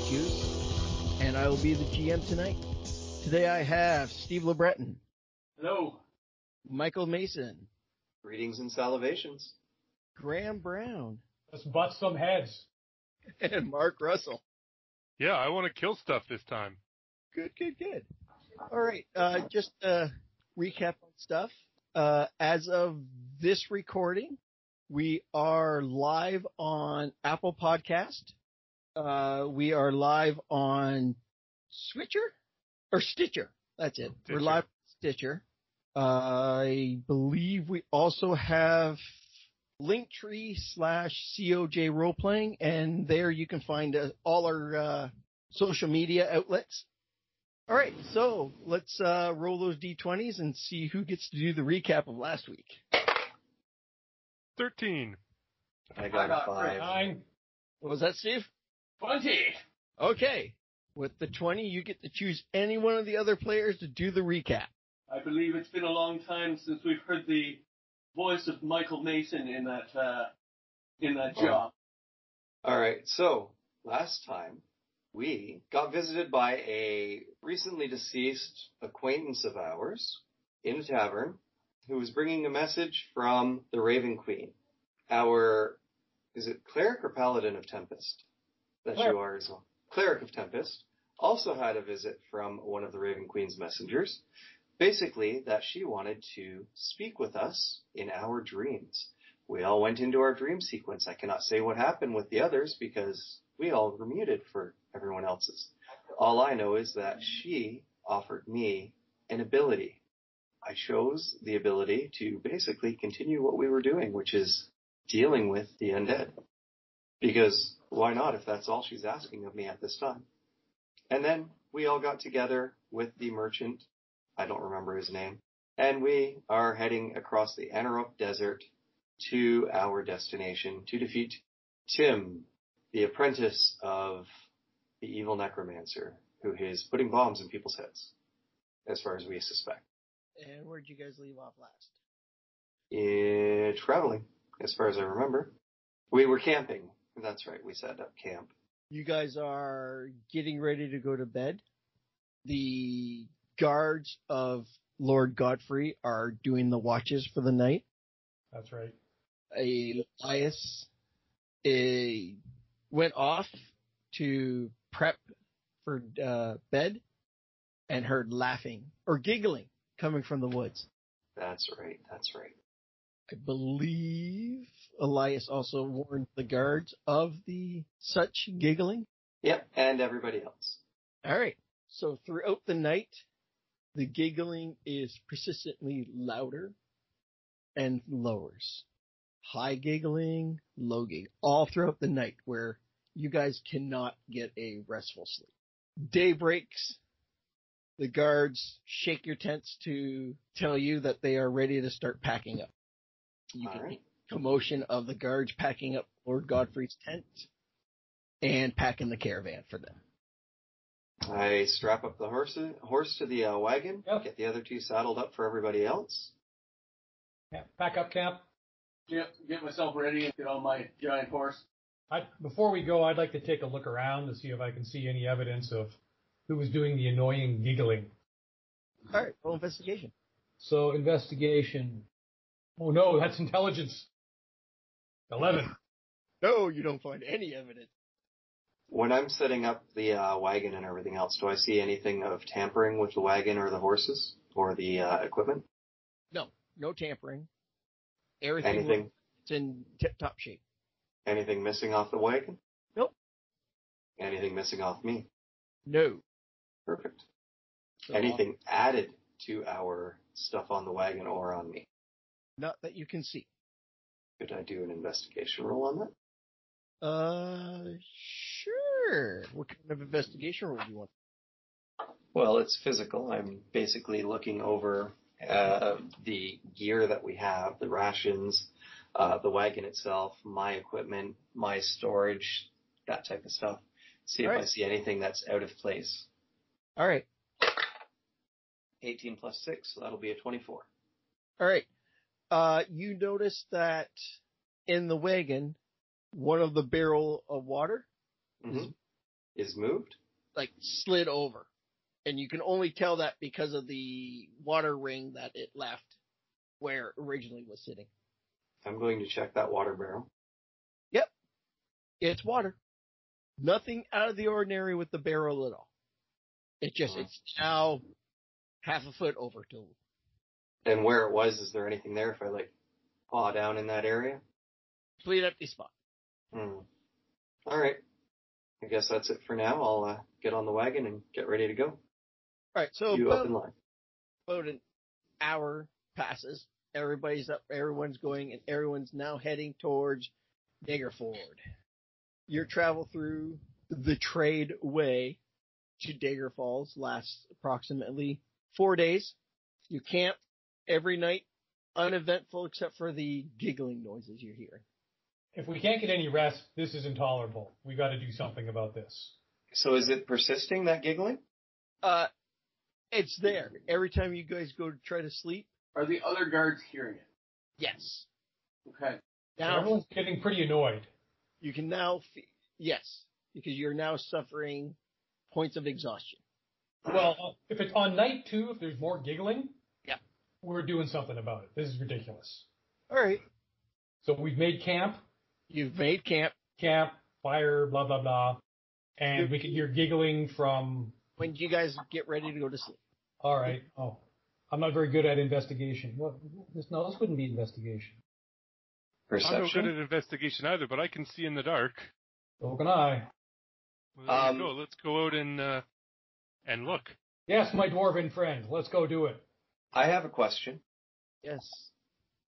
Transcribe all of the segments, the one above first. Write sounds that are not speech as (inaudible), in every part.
Hughes, and I will be the GM tonight. Today I have Steve LeBreton, Hello. Michael Mason, Greetings and salivations. Graham Brown, (laughs) Let's butt some heads. and Mark Russell. Yeah, I want to kill stuff this time. Good, good, good. All right, uh, just uh, recap on stuff. Uh, as of this recording, we are live on Apple Podcast. Uh, we are live on Switcher or Stitcher. That's it. We're Stitcher. live on Stitcher. I believe we also have Linktree slash COJ role playing, and there you can find uh, all our uh, social media outlets. All right, so let's uh, roll those d20s and see who gets to do the recap of last week. 13. I got a five. Nine. What was that, Steve? Twenty. Okay. With the 20, you get to choose any one of the other players to do the recap. I believe it's been a long time since we've heard the voice of Michael Mason in that uh, in that Oh. job. All right. So last time we got visited by a recently deceased acquaintance of ours in a tavern who was bringing a message from the Raven Queen, our, is it cleric or paladin of Tempest that Cleric. you are as well? Cleric of Tempest also had a visit from one of the Raven Queen's messengers. Basically, that she wanted to speak with us in our dreams. We all went into our dream sequence. I cannot say what happened with the others because we all were muted for everyone else's. All I know is that she offered me an ability. I chose the ability to basically continue what we were doing, which is dealing with the undead. Because why not if that's all she's asking of me at this time? And then we all got together with the merchant. I don't remember his name. And we are heading across the Anarope Desert to our destination to defeat Tim, the apprentice of the evil necromancer who is putting bombs in people's heads, as far as we suspect. And where'd you guys leave off last? Eh, traveling, as far as I remember. We were camping. That's right, we set up camp. You guys are getting ready to go to bed. The guards of Lord Godfrey are doing the watches for the night. That's right. Elias eh, went off to prep for uh, bed and heard laughing or giggling coming from the woods. That's right, that's right. I believe Elias also warned the guards of the such giggling. Yep, and everybody else. All right. So throughout the night, the giggling is persistently louder and lowers. High giggling, low giggling, all throughout the night where you guys cannot get a restful sleep. Day breaks. The guards shake your tents to tell you that they are ready to start packing up. You All can right. commotion of the guards packing up Lord Godfrey's tent and packing the caravan for them. I strap up the horse, horse to the uh, wagon, Yep. get the other two saddled up for everybody else. Yeah, back up camp. Get, get myself ready and get on my giant horse. I, before we go, I'd like to take a look around to see if I can see any evidence of who was doing the annoying giggling. All right, full investigation. So investigation. Oh no, that's intelligence. Eleven. No, you don't find any evidence. When I'm setting up the uh, wagon and everything else, do I see anything of tampering with the wagon or the horses or the uh, equipment? No tampering. Everything Anything? it's in tip top shape. Anything missing off the wagon? Nope. Anything missing off me? No. Perfect. So, Anything added to our stuff on the wagon or on me? Not that you can see. Could I do an investigation roll on that? Uh, sure. What kind of investigation roll do you want? Well, it's physical. I'm basically looking over uh, the gear that we have, the rations, uh, the wagon itself, my equipment, my storage, that type of stuff. See if I Right. see anything that's out of place. All right. 18 plus 6, so that'll be a 24. All right. Uh, you notice that in the wagon, one of the barrel of water Mhm. is moved. like slid over. And you can only tell that because of the water ring that it left where it originally was sitting. I'm going to check that water barrel. It's water. Nothing out of the ordinary with the barrel at all. It just, Mhm. it's now half a foot over to And where it was, is there anything there if I like paw down in that area? complete empty spot. Hmm. All right. I guess that's it for now. I'll uh, get on the wagon and get ready to go. All right. So you up about, in line. about an hour passes. Everybody's up. Everyone's going and everyone's now heading towards Daggerford. Your travel through the trade way to Dagger Falls lasts approximately four days. You camp every night, uneventful except for the giggling noises you're hearing. If we can't get any rest, this is intolerable. We got to do something about this. So is it persisting that giggling? Uh, it's there. Every time you guys go to try to sleep, Are the other guards hearing it? yes. Okay. Now Everyone's getting pretty annoyed. You can now, fe- yes, because you're now suffering points of exhaustion. Well, if it's on night two, if there's more giggling, Yeah. we're doing something about it. This is ridiculous. All right. So we've made camp, You've made camp. camp, fire, blah blah blah, and we can hear giggling from. When do you guys get ready to go to sleep? All right. Oh, I'm not very good at investigation. What? This, no, this wouldn't be investigation. I'm no good Perception. at investigation either, but I can see in the dark. So can I. Well, there you Um, go. Let's go out and uh, and look. Yes, my dwarven friend. Let's go do it. I have a question. Yes.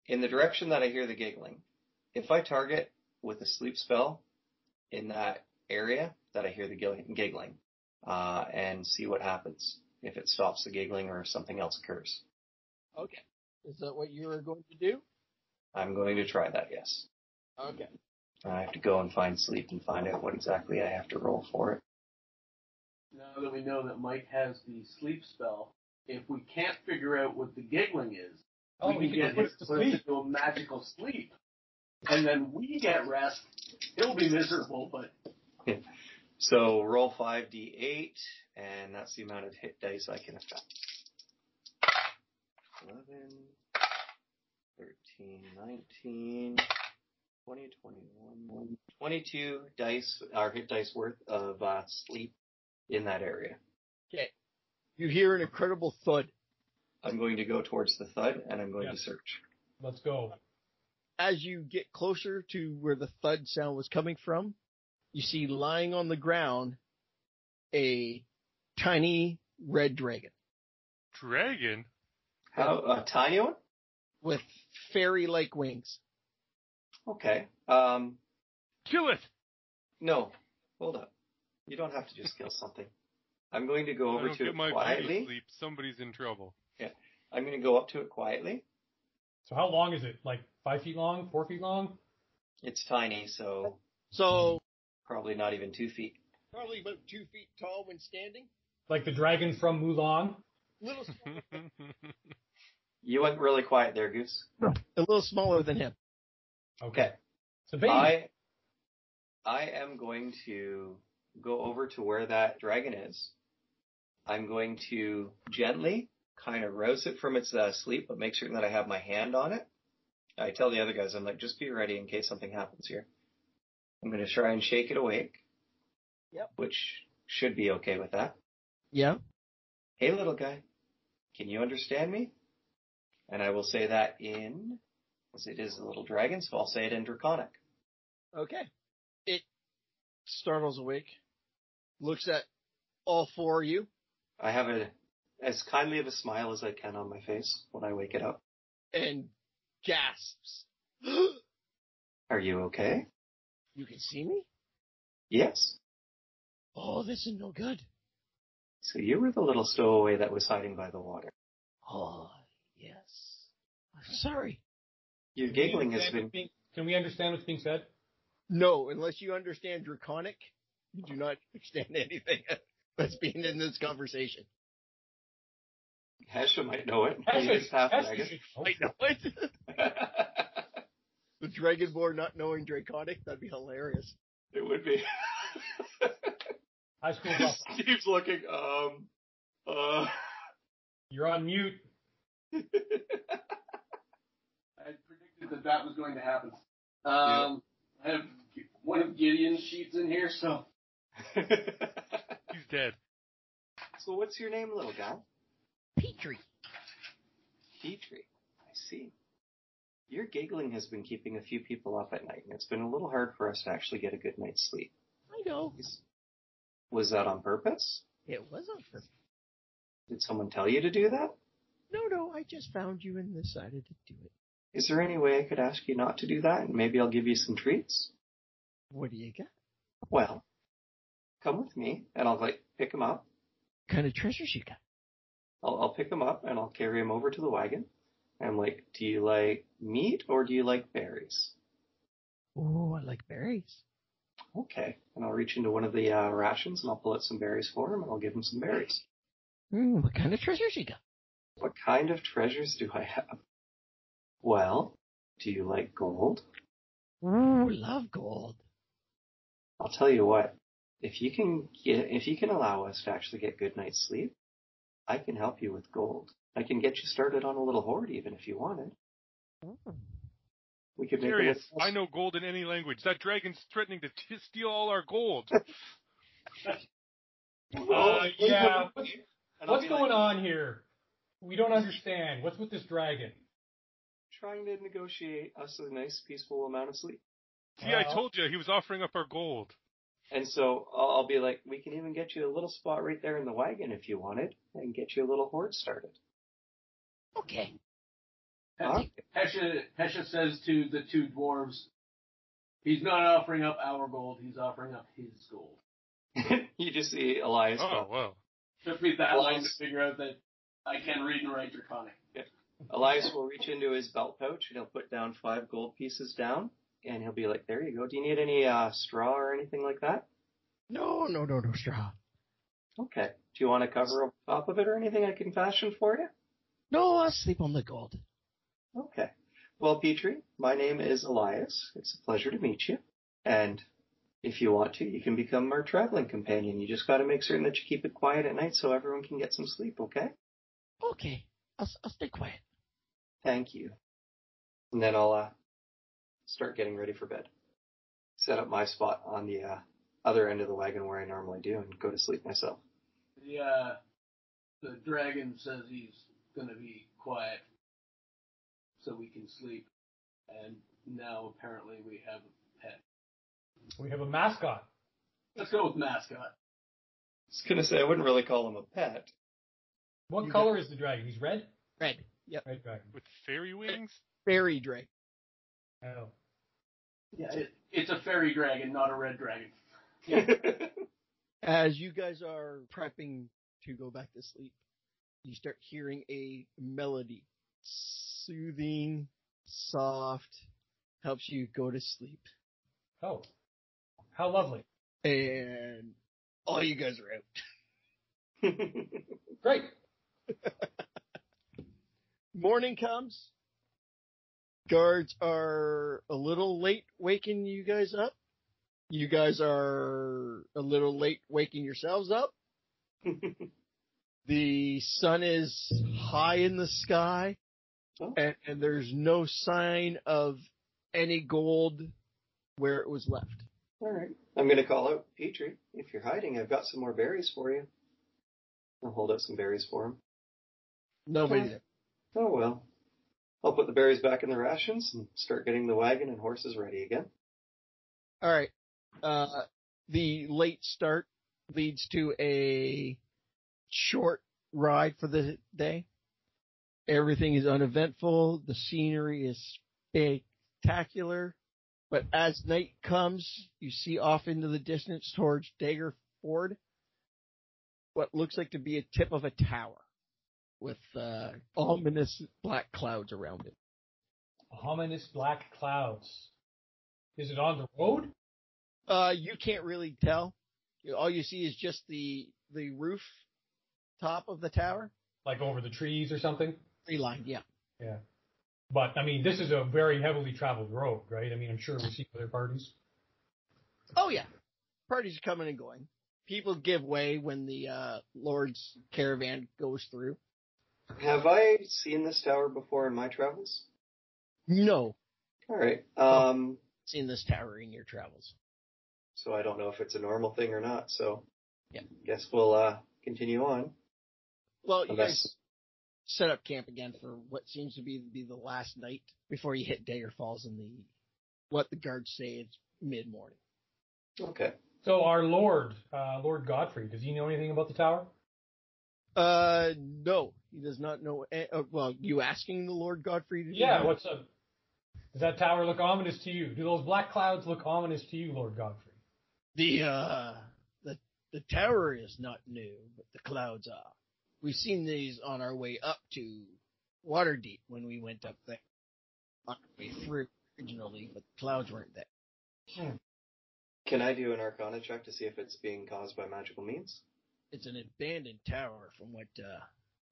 In the direction that I hear the giggling, if I target with a sleep spell in that area that I hear the gil- giggling, uh, and see what happens, if it stops the giggling or if something else occurs, Okay. Is that what you were going to do? I'm going to try that, yes. Okay. I have to go and find sleep and find out what exactly I have to roll for it. Now that we know that Mike has the sleep spell, if we can't figure out what the giggling is, Oh, we we can get can him put us to to put us sleep. into a magical sleep. And then we get rest. He'll be miserable, but So roll 5d8, and that's the amount of hit dice I can affect. 11, 13, 19, 20, 21, 22 dice, or hit dice worth of uh, sleep in that area. You hear an incredible thud I'm going to go towards the thud, and I'm going to Yes. search. Let's go. as you get closer to where the thud sound was coming from. You see lying on the ground a tiny red dragon Dragon? How, a tiny one? with fairy-like wings. Okay. Um, Kill it! No, hold up. You don't have to just kill something. I'm going to go I over don't to get it my beauty quietly. sleep. Somebody's in trouble. (laughs) I'm going to go up to it quietly. So how long is it? Like five feet long? Four feet long? It's tiny, so So probably not even two feet. probably about two feet tall when standing. Like the dragon from Mulan? Little smaller You went really quiet there, Goose. a little smaller than him. Okay. It's a baby. I I am going to go over to where that dragon is. I'm going to gently kind of rouse it from its uh, sleep, but make certain that I have my hand on it. I tell the other guys, I'm like, just be ready in case something happens here. I'm going to try and shake it awake. Yep. Which should be okay with that. Yeah. Hey, little guy, can you understand me? And I will say that in, as it is a little dragon, so I'll say it in Draconic. Okay. It startles awake, looks at all four of you. I have a as kindly of a smile as I can on my face when I wake it up. and gasps. (gasps) Are you okay? you can see me? Yes. Oh, this is no good. So you were the little stowaway that was hiding by the water. Oh, yes. I'm sorry. Your Can we giggling has understand been what's being- Can we understand what's being said? No, unless you understand draconic, you do not understand anything (laughs) that's being in this conversation. Hesha might know it. He Actually, is half actually, (laughs) dragon. I Oh, know it. (laughs) the Dragonborn not knowing draconic, that'd be hilarious. it would be. High school dropout. (laughs) Steve's looking. Um, uh, (laughs) You're on mute. I predicted that that was going to happen. Um, I have one of Gideon's sheets in here, so He's dead. so what's your name, little guy? Petrie. Petrie. I see. Your giggling has been keeping a few people up at night, and it's been a little hard for us to actually get a good night's sleep. I know. Was that on purpose? It was on purpose. Did someone tell you to do that? No, no, I just found you and decided to do it. Is there any way I could ask you not to do that, and maybe I'll give you some treats? What do you got? Well, come with me, and I'll like pick him up. What kind of treasures you got? I'll, I'll pick him up, and I'll carry him over to the wagon. And I'm like, do you like meat or do you like berries? Oh, I like berries. Okay. And I'll reach into one of the uh, rations, and I'll pull out some berries for him, and I'll give him some berries. Hmm, what kind of treasures you got? What kind of treasures do I have? Well, do you like gold? Ooh, love gold. I'll tell you what. If you can get, if you can allow us to actually get good night's sleep, I can help you with gold. I can get you started on a little hoard, even if you wanted. Mm. We could make a Curious. little- I know gold in any language. That dragon's threatening to t- steal all our gold. Oh, Uh, yeah. What's, And I'll what's be going like, on here? We don't understand. What's with this dragon? Trying to negotiate us a nice, peaceful amount of sleep. See, I Well, told you he was offering up our gold. And so I'll, I'll be like, we can even get you a little spot right there in the wagon if you wanted, and get you a little hoard started. (laughs) Okay. Huh? Hesha, Hesha says to the two dwarves, "He's not offering up our gold; he's offering up his gold." you just see Elias. Oh, go. wow. Took me that long to Nice. figure out that I can read and write Draconic. Elias will reach into his belt pouch and he'll put down five gold pieces down, and he'll be like, "There you go. Do you need any uh, straw or anything like that? No, no, no, no straw. Okay. Do you want to cover over top of it or anything I can fashion for you? No, I'll sleep on the gold. Okay. Well, Petrie, my name is Elias. It's a pleasure to meet you. And if you want to, you can become our traveling companion. You just got to make certain that you keep it quiet at night so everyone can get some sleep, okay? Okay, I'll, s- I'll stay quiet. Thank you. And then I'll uh, start getting ready for bed. Set up my spot on the uh, other end of the wagon where I normally do and go to sleep myself. The uh, the dragon says he's gonna be quiet so we can sleep, and now apparently we have a pet. We have a mascot. Let's go with mascot. I was going to say, I wouldn't really call him a pet. What You color is the dragon? He's red? Red. Yep. Red dragon. With fairy wings? Fairy Drake. Oh. Yeah, it, it's a fairy dragon, not a red dragon. (laughs) As you guys are prepping to go back to sleep, you start hearing a melody. Soothing, soft, helps you go to sleep. Oh. How lovely. And all you guys are out. Great. Morning comes. Guards are a little late waking you guys up. You guys are a little late waking yourselves (laughs) up. The sun is high in the sky, Oh. and, and there's no sign of any gold where it was left. All right. I'm going to call out Petrie. If you're hiding, I've got some more berries for you. I'll hold out some berries for him. Nobody Okay. there. Oh, well. I'll put the berries back in the rations and start getting the wagon and horses ready again. All right. Uh, the late start leads to a short ride for the day. Everything is uneventful. The scenery is spectacular. But as night comes, you see off into the distance towards Dagger Ford what looks like to be a tip of a tower with uh, ominous black clouds around it. Ominous black clouds. Is it on the road? Uh, you can't really tell. You- All you see is just the the roof top of the tower. Like over the trees or something? Tree line, yeah. Yeah. But I mean, this is a very heavily traveled road, right? I mean, I'm sure we see other parties. Oh yeah. Parties are coming and going. people give way when the uh, Lord's caravan goes through. Have I seen this tower before in my travels? No, All right. Um, seen this tower in your travels. so I don't know if it's a normal thing or not. So, Yeah. guess we'll uh, continue on. Well, you Unless guys set up camp again for what seems to be be the last night before you hit Dagger Falls in the what the guards say is mid morning. okay. So our Lord, uh, Lord Godfrey, does he know anything about the tower? Uh, no, he does not know. eh, Uh, well, you asking the Lord Godfrey? To do Yeah. that? What's up? Does that tower look ominous to you? Do those black clouds look ominous to you, Lord Godfrey? The uh the the tower is not new, but the clouds are. We've seen these on our way up to Waterdeep when we went up there. On our way through originally, but the clouds weren't there. Can I do an Arcana check to see if it's being caused by magical means? It's an abandoned tower from what uh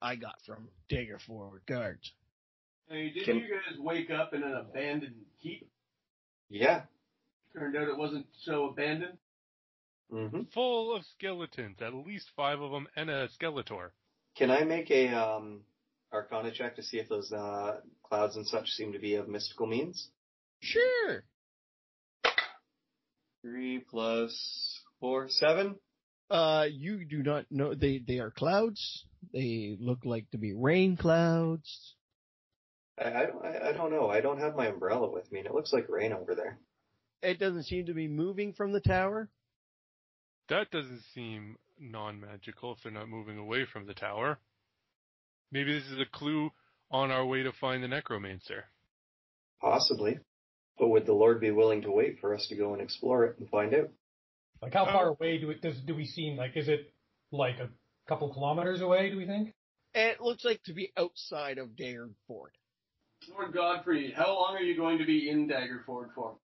I got from Dagger Forward Guards. Hey, didn't Can- you guys wake up in an abandoned keep? Yeah. Turned out it wasn't so abandoned. Mm-hmm. Full of skeletons, at least five of them, and a Skeletor. Can I make a um, Arcana check to see if those uh, clouds and such seem to be of mystical means? Sure. Three plus four, seven. Uh you do not know they they are clouds. They look like to be rain clouds. I, I don't. I, I don't know. I don't have my umbrella with me, and it looks like rain over there. It doesn't seem to be moving from the tower. That doesn't seem non-magical if they're not moving away from the tower. Maybe this is a clue on our way to find the necromancer. Possibly. But would the Lord be willing to wait for us to go and explore it and find out? Like how Uh, far away do it does do we seem? Like is it like a couple kilometers away? Do we think? It looks like to be outside of Dagger Ford. Lord Godfrey, how long are you going to be in Daggerford for?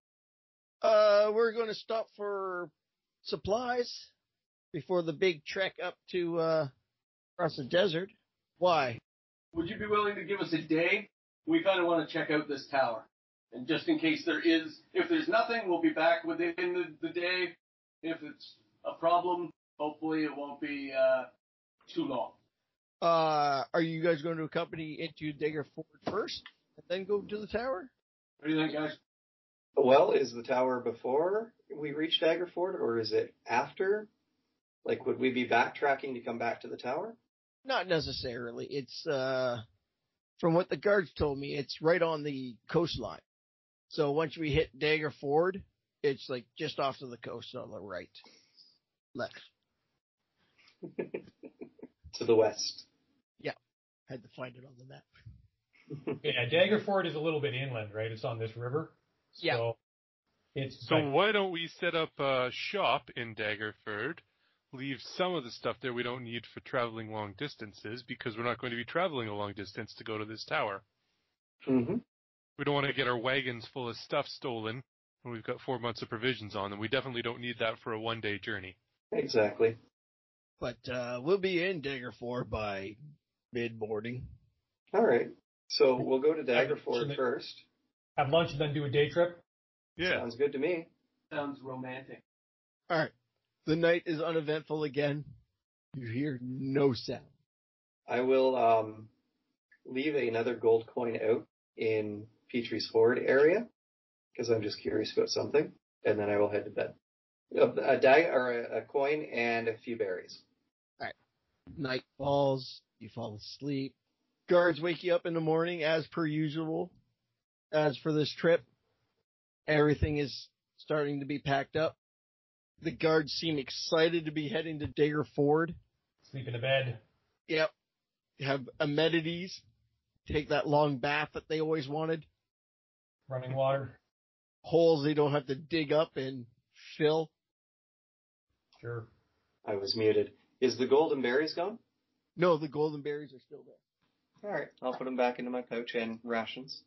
Uh, we're going to stop for supplies before the big trek up to uh, across the desert. Why? Would you be willing to give us a day? We kind of want to check out this tower. And just in case there is, if there's nothing, we'll be back within the, the day. If it's a problem, hopefully it won't be uh, too long. Uh, are you guys going to accompany into Dagger Ford first and then go to the tower? What do you think, guys? Well, is the tower before we reach Daggerford, or is it after? Like, would we be backtracking to come back to the tower? Not necessarily. It's uh, from what the guards told me, it's right on the coastline. So once we hit Dagger Ford, it's like just off to the coast on the right, left. To the west. Had to find it on the map. Yeah, Daggerford is a little bit inland, right? It's on this river. So Yeah. It's So like- why don't we set up a shop in Daggerford, leave some of the stuff there we don't need for traveling long distances because we're not going to be traveling a long distance to go to this tower. Mm-hmm. We don't want to get our wagons full of stuff stolen when we've got four months of provisions on them. We definitely don't need that for a one day journey. Exactly. But uh, we'll be in Dagger 4 by mid morning. All right. So we'll go to Should Daggerford I- first. have lunch and then do a day trip. Yeah. Sounds good to me. Sounds romantic. All right. The night is uneventful again. You hear no sound. I will um, leave another gold coin out in Petrie's hoard area because I'm just curious about something, and then I will head to bed. A, a die or a, a coin and a few berries. Night falls. You fall asleep. Guards wake you up in the morning as per usual. As for this trip, everything is starting to be packed up. The guards seem excited to be heading to Dagger Ford. Sleep in a bed. Yep. Have amenities. Take that long bath that they always wanted. running water. holes they don't have to dig up and fill. Sure. I was muted. Is the golden berries gone? No, the golden berries are still there. All right, I'll put them back into my pouch and rations.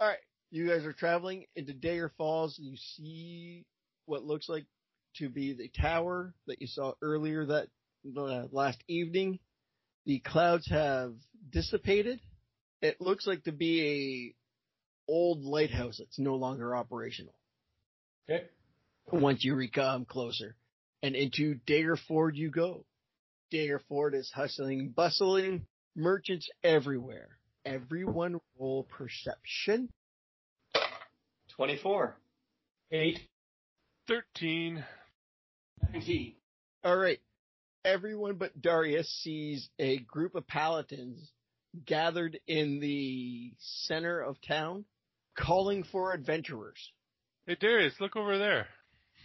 All right, you guys are traveling into Dagger Falls. And you see what looks like to be the tower that you saw earlier that uh, last evening. The clouds have dissipated. It looks like to be a old lighthouse that's no longer operational. Okay. Once you re- come closer, and into Daggerford you go. Daggerford is hustling and bustling, merchants everywhere. Everyone roll perception. 24. Eight. 13. 19. All right. Everyone but Darius sees a group of paladins gathered in the center of town calling for adventurers. Hey, Darius, look over there.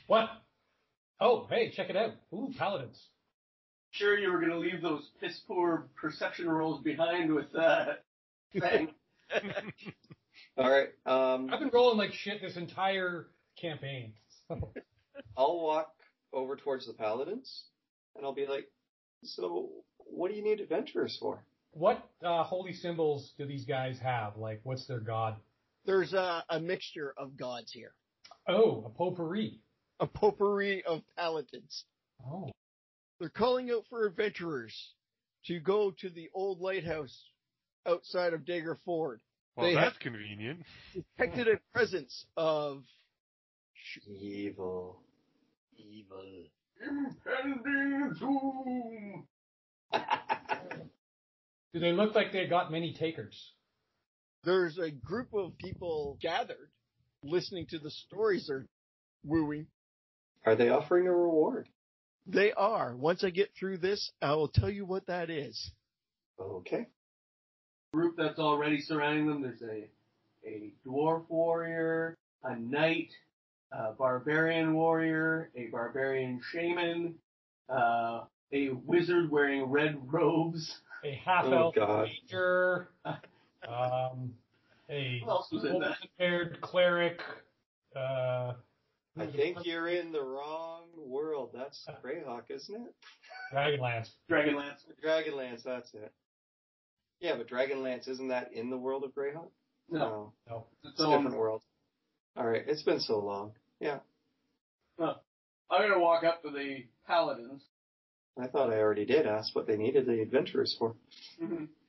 What? Oh, hey, check it out. Ooh, paladins. Sure, you were going to leave those piss poor perception rolls behind with (laughs) uh, Fang. All right. Um, I've been rolling like shit this entire campaign. So, I'll walk over towards the paladins, and I'll be like, "So, what do you need adventurers for?" what uh, holy symbols do these guys have? Like, what's their god? There's a, a mixture of gods here. Oh, a potpourri. A potpourri of paladins. Oh, They're calling out for adventurers to go to the old lighthouse outside of Dagger Ford. Well, They that's convenient. Detected a presence of Evil. evil. (laughs) Impending doom. do they look like they got many takers? There's a group of people gathered listening to the stories they're wooing. Are they offering a reward? They are. Once I get through this, I will tell you what that is. Okay. Group that's already surrounding them. There's a a dwarf warrior, a knight, a barbarian warrior, a barbarian shaman, uh, a wizard wearing red robes. A half Oh, elf God. ranger, um, a Who else was in that? impaired cleric. Uh, (laughs) I think you're in the wrong world. That's Greyhawk, isn't it? Dragonlance. Dragonlance. Dragonlance, that's it. Yeah, but Dragonlance, isn't that in the world of Greyhawk? No, No. it's it's a own- different world. All right, it's been so long. Yeah, I'm gonna walk up to the paladins, I thought I already did ask what they needed the adventurers for.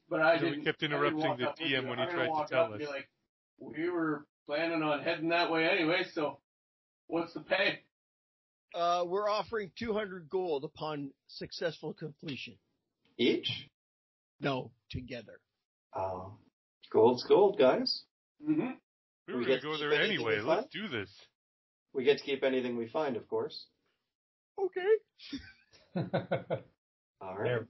but I So we didn't. kept I didn't interrupting walk the up with DM you. when he I'm gonna tried to walk tell up and be us. like, we were planning on heading that way anyway, so what's the pay? Uh, we're offering 200 gold upon successful completion. Each? No, together. Oh, gold's gold, guys. hmm We were We going get to go to there keep anything anyway. we Let's find? do this. We get to keep anything we find, of course. Okay. All right. There.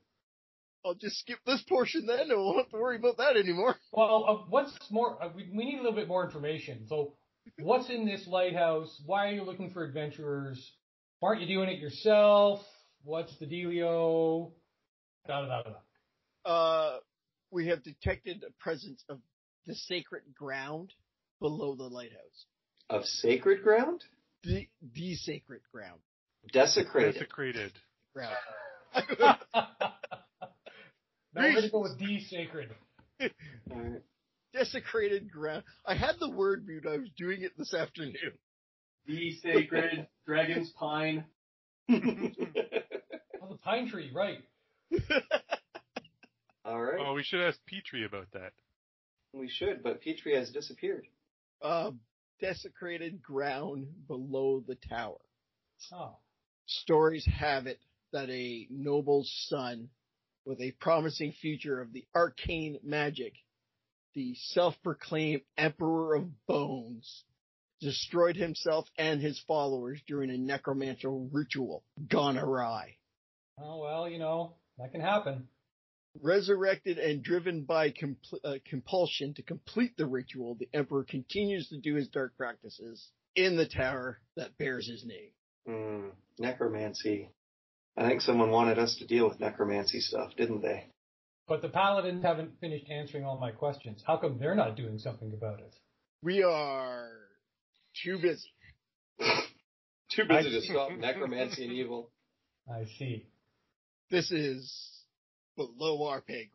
I'll just skip this portion then and won't have to worry about that anymore. (laughs) Well, uh, what's more? Uh, we, we need a little bit more information. So, what's in this lighthouse? Why are you looking for adventurers? Why aren't you doing it yourself? What's the dealio? Da da da da. Uh, we have detected a presence of the sacred ground below the lighthouse. Of sacred ground? The, the sacred ground. Desecrated. Desecrated. ground. (laughs) (laughs) Now we're gonna go with D sacred. All right. Desecrated ground. I had the word mute. I was doing it this afternoon. The sacred dragon's pine. Oh, the pine tree, right? (laughs) All right. Oh, we should ask Petrie about that. We should, but Petrie has disappeared. Um, desecrated ground below the tower. Oh, Stories have it that a noble's son with a promising future of the arcane magic, the self-proclaimed emperor of bones, destroyed himself and his followers during a necromantial ritual gone awry. oh well, you know that can happen. Resurrected and driven by compl- uh, compulsion to complete the ritual, the emperor continues to do his dark practices in the tower that bears his name. Hmm. Necromancy. I think someone wanted us to deal with necromancy stuff, didn't they? But the paladins haven't finished answering all my questions. How come they're not doing something about it? We are too busy. Too busy to stop (laughs) necromancy and evil. I see. This is below our pay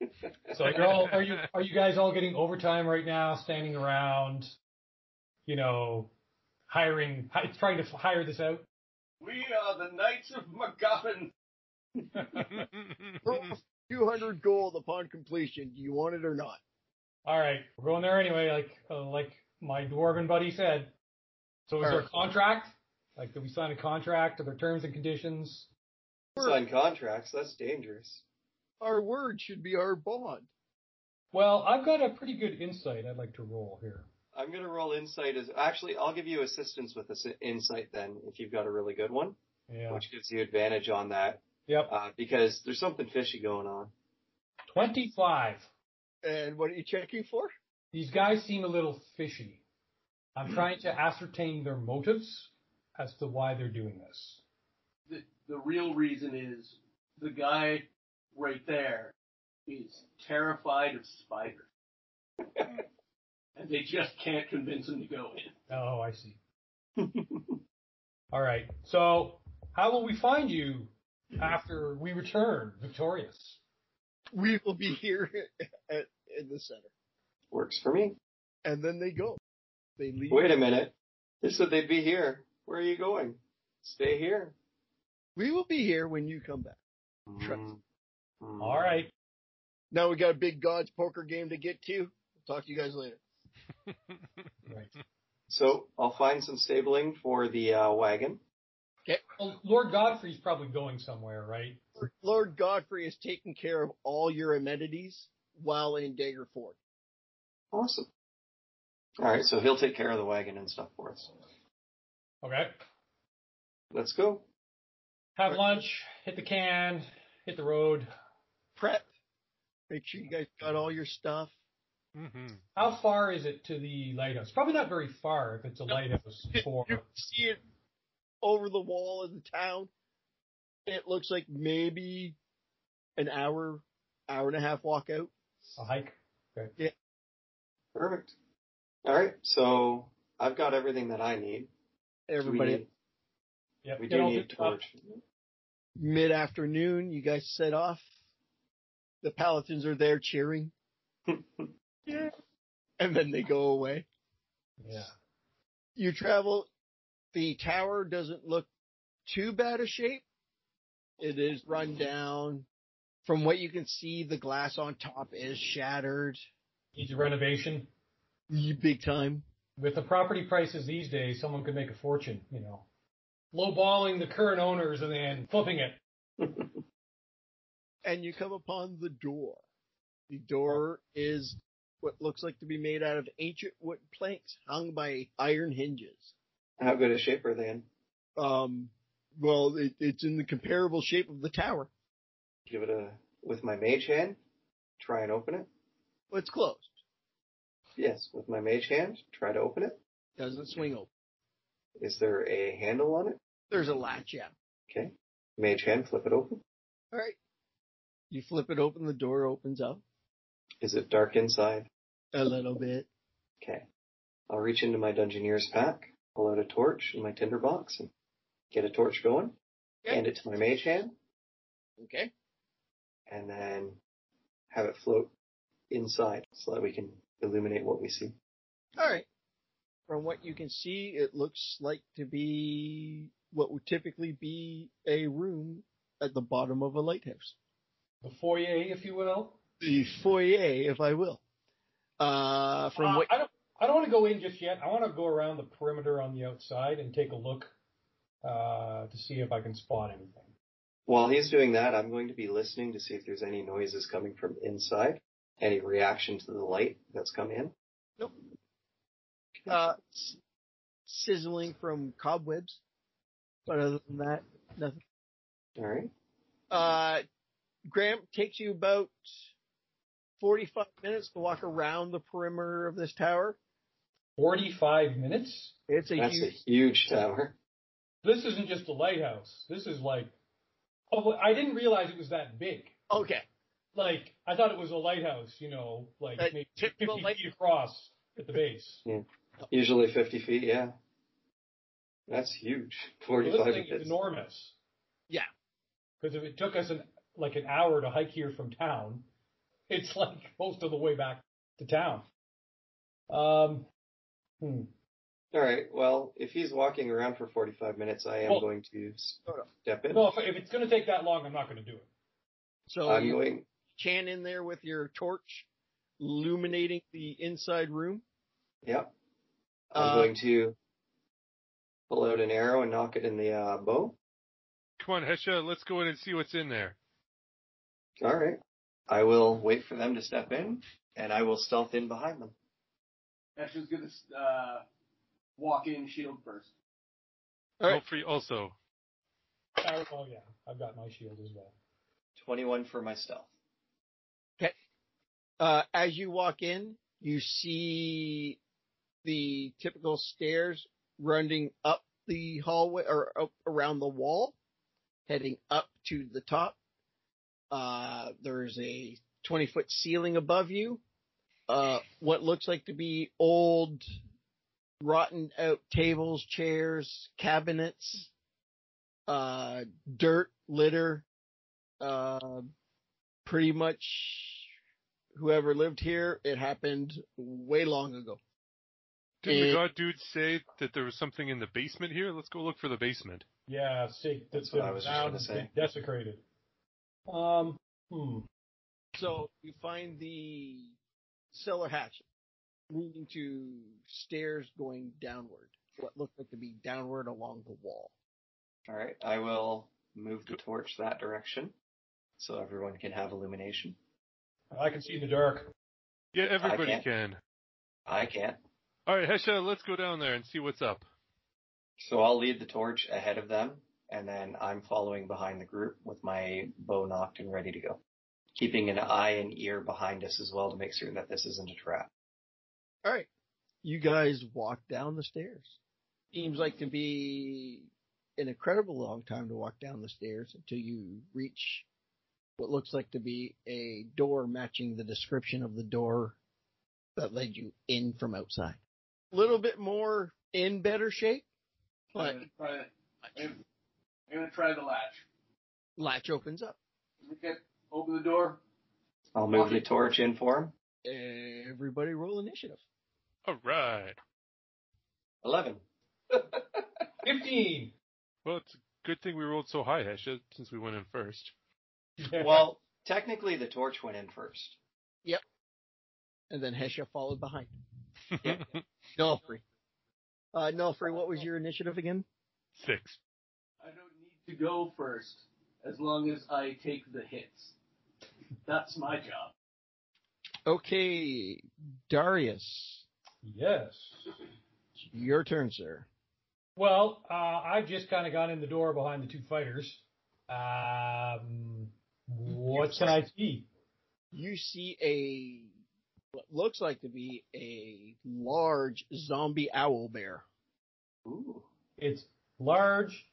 grade. So you're all, are you are you guys all getting overtime right now? Standing around, you know, hiring, hi, trying to f- hire this out. We are the knights of MacGuffin. We're off 200 gold upon completion. Do you want it or not? All right, we're going there anyway. Like uh, like my dwarven buddy said. So is there a Alright. contract? Like, did we sign a contract? Are there terms and conditions? Sign contracts. That's dangerous. Our word should be our bond. Well, I've got a pretty good insight I'd like to roll here. I'm gonna roll insight as actually. I'll give you assistance with this insight then if you've got a really good one, Yeah. which gives you advantage on that Yep. uh, because there's something fishy going on. 25. And what are you checking for? These guys seem a little fishy. I'm trying to ascertain their motives as to why they're doing this. The, the real reason is the guy right there is terrified of spiders. and they just can't convince him to go in. Oh, I see. All right. So, how will we find you after we return victorious? We will be here (laughs) at, in the center. Works for me. And then they go. They leave. Wait a minute. They said they'd be here. Where are you going? Stay here. We will be here when you come back. Trust. Mm. All right. Now we got a big gods poker game to get to. Talk to you guys later. Right. So I'll find some stabling for the uh, wagon. Well, Lord Godfrey's probably going somewhere, right? Lord Godfrey is taking care of all your amenities while in Daggerford. Awesome. All right, so he'll take care of the wagon and stuff for us. Okay. Let's go. Have lunch, hit the can, hit the road. Prep. Make sure you guys got all your stuff. hmm How far is it to the lighthouse? Probably not very far if it's a lighthouse for You see it over the wall of the town. It looks like maybe an hour, hour and a half walk out. a hike. Perfect. All right, so I've got everything that I need. Do we Everybody need- Yep. we get do all need hooked up. torch. mid afternoon, you guys set off. The Palatins are there cheering. yeah. And then they go away. Yeah. You travel. The tower doesn't look too bad a shape. It is run down. From what you can see, the glass on top is shattered. Needs a renovation. You big time. With the property prices these days, someone could make a fortune, you know. Lowballing the current owners and then flipping it. and you come upon the door. The door is what looks like to be made out of ancient wood planks hung by iron hinges. (laughs) How good a shape are they in? Um, well, it, it's in the comparable shape of the tower. Give it a with my mage hand. Try and open it. Well, it's closed. Yes, with my mage hand. Try to open it. Doesn't swing open. Is there a handle on it? There's a latch, yeah. Okay. Mage hand. Flip it open. All right. You flip it open, the door opens up Is it dark inside? a little bit. Okay. I'll reach into my Dungeoneer's pack, pull out a torch in my tinderbox, and get a torch going, Okay. hand it to my mage hand, Okay. and then have it float inside so that we can illuminate what we see. All right. From what you can see, it looks like to be what would typically be a room at the bottom of a lighthouse. The foyer, if you will. the foyer, if I will. Uh, from Uh, what I don't I don't want to go in just yet. I want to go around the perimeter on the outside and take a look uh, to see if I can spot anything. While he's doing that, I'm going to be listening to see if there's any noises coming from inside, any reaction to the light that's come in. uh, s- sizzling from cobwebs, but other than that, nothing. All right. Uh, Graham takes you about forty-five minutes to walk around the perimeter of this tower. Forty five minutes. It's a That's a huge. huge tower. This isn't just a lighthouse. This is like oh, well, I didn't realize it was that big. Okay, Like I thought it was a lighthouse, you know, like Uh, That maybe fifty typical light- feet across at the base. Usually 50 feet, yeah. That's huge. 45 Well, this thing minutes. is enormous. Yeah. Because if it took us an like an hour to hike here from town, (laughs) it's like most of the way back to town. Um, hmm. All right. Well, if he's walking around for 45 minutes, I am Well- going to Hold on. step in. No, if, if it's going to take that long, I'm not going to do it. so I'm you going. can in there with your torch, illuminating the inside room. Yep. I'm Uh, going to pull out an arrow and knock it in the uh, bow. Come on, Hesha, let's go in and see what's in there. All right. I will wait for them to step in, and I will stealth in behind them. Esha's gonna uh, walk in shield first. All right. Feel free also. Oh, well, yeah, I've got my shield as well. 21 for my stealth. Uh, as you walk in, you see the typical stairs running up the hallway or up around the wall, heading up to the top. Uh, there's a 20 foot ceiling above you. Uh, what looks like to be old, rotten out tables, chairs, cabinets, uh, dirt, litter, uh, pretty much whoever lived here, it happened way long ago. Didn't the Eh. god dude say that there was something in the basement here? Let's go look for the basement. Yeah, see, That's that's what I was just gonna say. Desecrated. Um, hmm. So you find the cellar hatch leading to stairs going downward, what looked like to be downward along the wall. All right. I will move the torch that direction so everyone can have illumination. I can see in the dark. Yeah, everybody can't. can. I can't. All right, Hesha, let's go down there and see what's up. So I'll lead the torch ahead of them, and then I'm following behind the group with my bow knocked and ready to go. Keeping an eye and ear behind us as well to make certain that this isn't a trap. All right. You guys walk down the stairs. Seems like to be an incredible long time to walk down the stairs until you reach what looks like to be a door matching the description of the door that led you in from outside. A little bit more in better shape, but I'm gonna try, I'm, I'm gonna try the latch. latch opens up. Okay, open the door. I'll move the torch in for him. Everybody roll initiative. All right. 11. 15! Well, it's a good thing we rolled so high, Hesha, since we went in first. Well, technically the torch went in first. And then Hesha followed behind. Nulfree. Uh, Nulfree, what was your initiative again? Six. I don't need to go first as long as I take the hits. That's my job. Okay, Darius. yes. Your turn, sir. Well, uh, I've just kind of gone in the door behind the two fighters. Um, what can I see? You see a what looks like to be a large zombie owl bear. Ooh. It's large,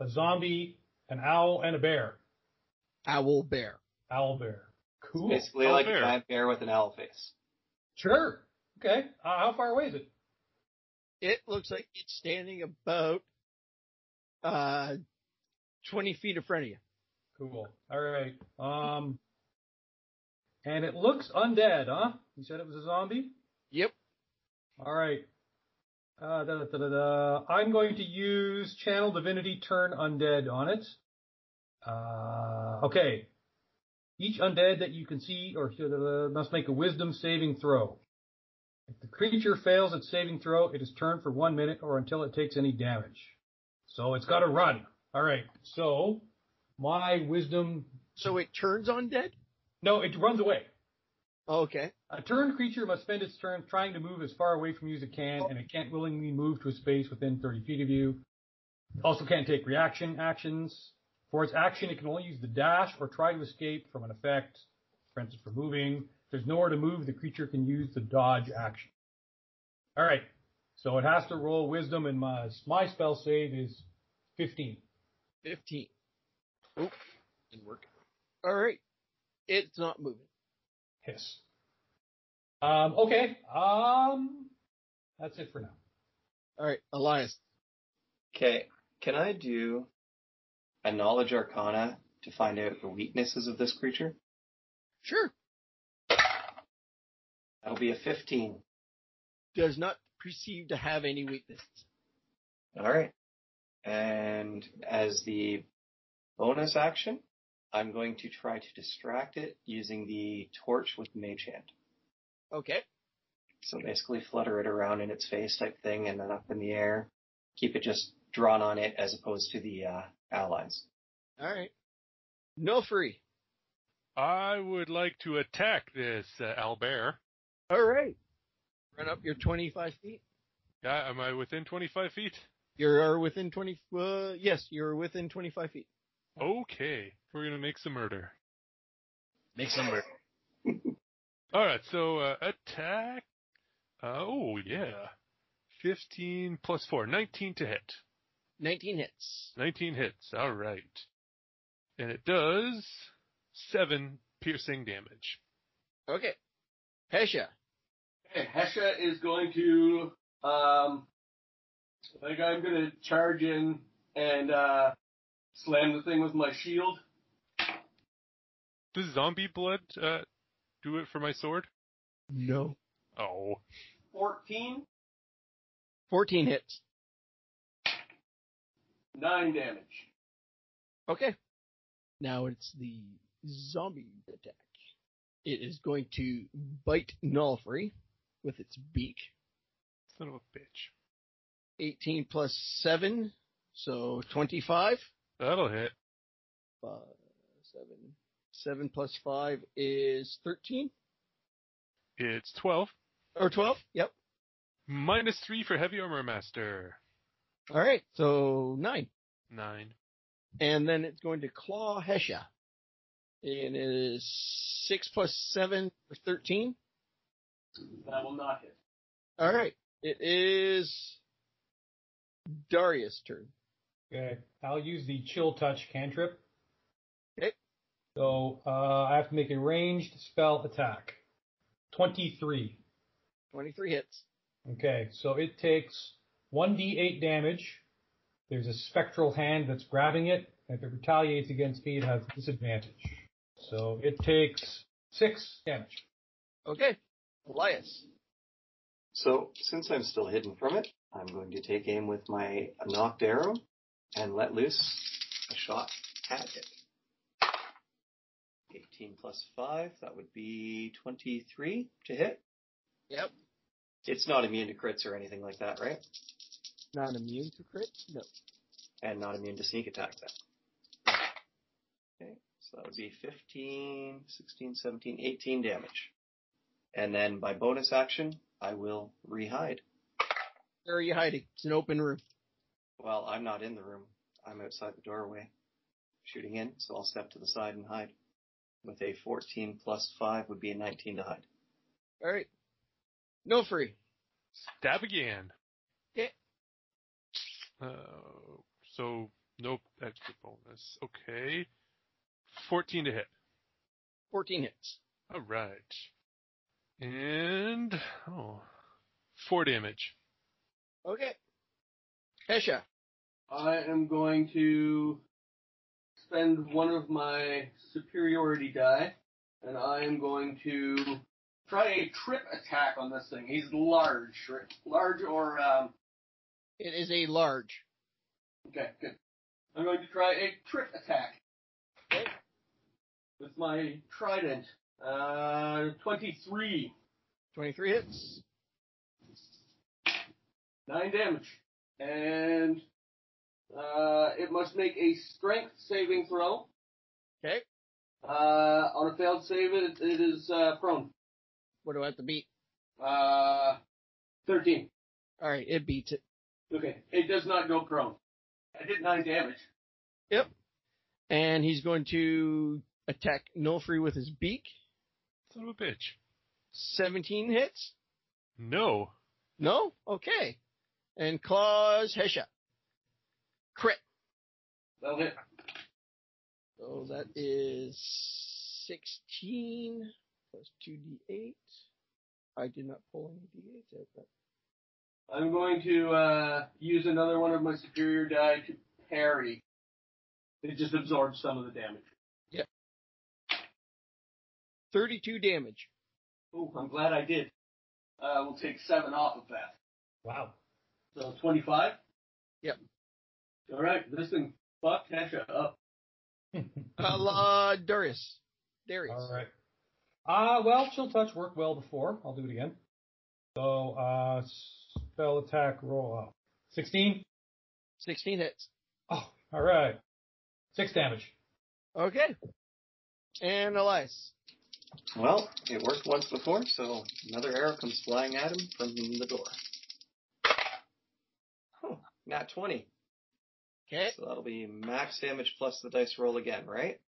a zombie, an owl, and a bear. Owl bear. Owl bear. Cool. Basically Oh, like fair. a giant bear with an owl face. Sure. Okay. Uh, how far away is it? It looks like it's standing about uh twenty feet in front of you. Cool. All right. Um, and it looks undead, huh? You said it was a zombie. Yep. All right. Uh, da, da, da, da, da. I'm going to use Channel Divinity Turn Undead on it. Uh, okay. Each undead that you can see or hear da, da, da, must make a Wisdom saving throw. If the creature fails its saving throw, it is turned for one minute or until it takes any damage. So it's got to run. All right. So my Wisdom. So it turns on dead? No, it runs away. Okay. A turned creature must spend its turn trying to move as far away from you as it can, and it can't willingly move to a space within 30 feet of you. It also can't take reaction actions. For its action, it can only use the dash or try to escape from an effect, for instance, for moving. If there's nowhere to move, the creature can use the dodge action. All right, so it has to roll wisdom, and my, my spell save is 15. Fifteen. Oop. Didn't work. All right. It's not moving. Hiss. Um, okay, um, that's it for now. All right, Elias. Okay. Can I do a knowledge arcana to find out the weaknesses of this creature? Sure. That'll be a 15. Does not perceive to have any weaknesses. All right. And as the bonus action, I'm going to try to distract it using the torch with Mage Hand. Okay. So basically, flutter it around in its face type thing, and then up in the air, keep it just drawn on it as opposed to the uh, outlines. All right. No free. I would like to attack this uh, Albert. All right. Run up your 25 feet. Yeah, am I within 25 feet? You are within 20. Uh, yes, you're within 25 feet. Okay, we're gonna make some murder. Make some work. All right, so uh, attack. Uh, oh yeah, 15 plus 4, 19 to hit. 19 hits. 19 hits. All right, and it does seven piercing damage. Okay. Hesha. Okay, Hesha is going to. Um, I think I'm going to charge in and uh, slam the thing with my shield. Does zombie blood uh, do it for my sword? No. Oh, 14, 14 hits. 9 damage. Okay. Now it's the zombie attack. It is going to bite Nolfrey with its beak. son of a bitch. 18 plus 7, so 25. That'll hit. Five, 7. 7 plus 5 is 13. It's 12. Or 12? Yep. Minus three for heavy armor master. All right, so 9. Nine. And then it's going to claw Hesha. And it is 6 plus 7 for 13. That will not hit. All right. It is Darius' turn. Okay. I'll use the chill touch cantrip. Okay. So uh, I have to make a ranged spell attack. Twenty-three. 23 hits. Okay, so it takes 1d8 damage. There's a spectral hand that's grabbing it. and If it retaliates against me, it has disadvantage. So it takes 6 damage. Okay. Elias. So since I'm still hidden from it, I'm going to take aim with my knocked arrow and let loose a shot at it. 18 plus 5, that would be 23 to hit. Yep. It's not immune to crits or anything like that, right? Not immune to crit? No. And not immune to sneak attack then. Okay, so that would be 15, 16, 17, 18 damage. And then by bonus action, I will rehide. Where are you hiding? It's an open room. Well, I'm not in the room. I'm outside the doorway, shooting in, so I'll step to the side and hide. With a 14 plus 5 would be a 19 to hide. All right. No free. Stab again. Yeah. Uh, so nope, extra bonus. Okay. Fourteen to hit. 14 hits. All right. And oh, four damage. Okay. Hesha. I am going to spend one of my superiority die, and I am going to try a trip attack on this thing. He's large, right? large or um, It is a large. okay, good. I'm going to try a trip attack Okay. with my trident. Uh, 23, 23 hits. nine damage, and uh, it must make a strength saving throw. Okay. Uh, on a failed save, it, it is uh, prone. What do I have to beat? Uh, 13. All right. It beats it. Okay. It does not go prone. I did 9 damage. And he's going to attack Nolfree with his beak. Son of a bitch. 17 hits. No. No? Okay. And claws Hesha. Crit. That'll hit. So that is 16 plus 2d8. I did not pull any d8s out, but I'm going to uh, use another one of my superior die to parry. It just absorbs some of the damage. 32 damage. Oh, I'm glad I did. Uh, we'll take 7 off of that. Wow. (laughs) So 25? Yep. Alright, this thing fucked Hesha up. A Uh, la Darius. Darius. All right. Uh, well, chill touch worked well before. I'll do it again. So, uh, spell attack roll up. 16? 16 hits. Oh, all right. Six damage. Okay. And Elias. Well, it worked once before, so another arrow comes flying at him from the door. Huh, Nat 20. Okay. So that'll be max damage plus the dice roll again, right?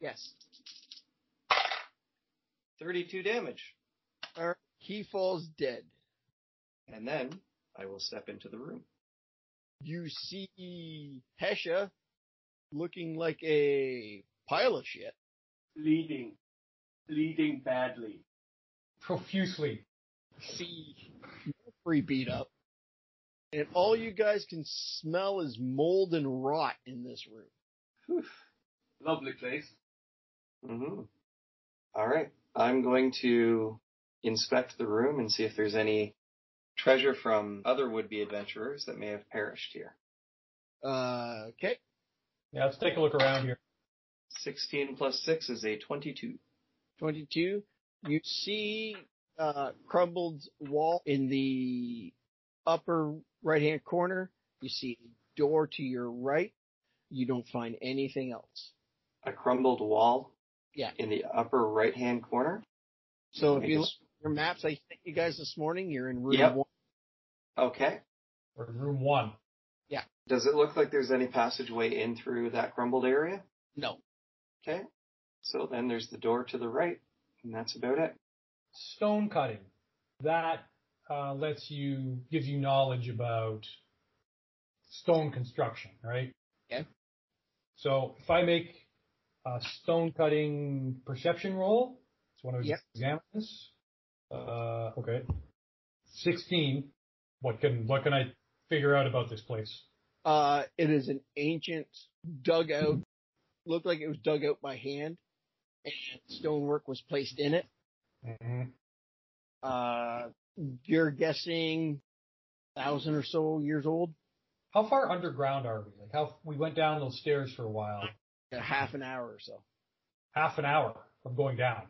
Yes. 32 damage. All right. He falls dead. And then I will step into the room. You see Hesha looking like a pile of shit. Bleeding. Bleeding badly. Profusely. See Free beat up. And all you guys can smell is mold and rot in this room. Lovely place. Mm-hmm. All right. I'm going to inspect the room and see if there's any treasure from other would-be adventurers that may have perished here. Uh, okay. Yeah, let's take a look around here. 16 plus 6 is a 22. 22. You see uh, crumbled wall in the upper right hand corner. You see a door to your right. You don't find anything else. A crumbled wall Yeah. in the upper right-hand corner. So if I you look guess- at your maps I sent you guys this morning, you're in room Yep. one. Okay. We're in room one. Does it look like there's any passageway in through that crumbled area? No. Okay. So then there's the door to the right, and that's about it. Stone cutting. That uh, lets you gives you knowledge about stone construction, right? Yeah. So if I make a stone cutting perception roll, it's one of his Yep. examples. Uh, okay. Sixteen. What can what can I figure out about this place? Uh, it is an ancient dugout. Looked like it was dug out by hand, and stonework was placed in it. Mm-hmm. Uh, you're guessing thousand or so years old, How far underground are we? Like how we went down those stairs for a while, a half an hour or so. half an hour of going down.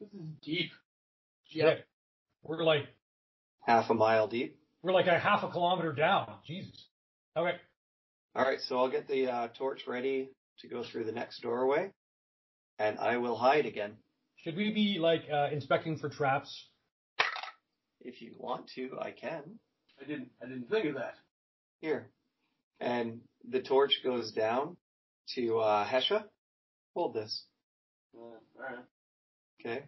This is deep. Yep. Shit. We're like Half a mile deep. we're like a half a kilometer down. Jesus. Okay. All right, so I'll get the uh, torch ready to go through the next doorway, and I will hide again. Should we be like uh, inspecting for traps? If you want to, I can. I didn't I didn't think of that. Here. And the torch goes down to uh, Hesha. Hold this. Uh, all right. Okay.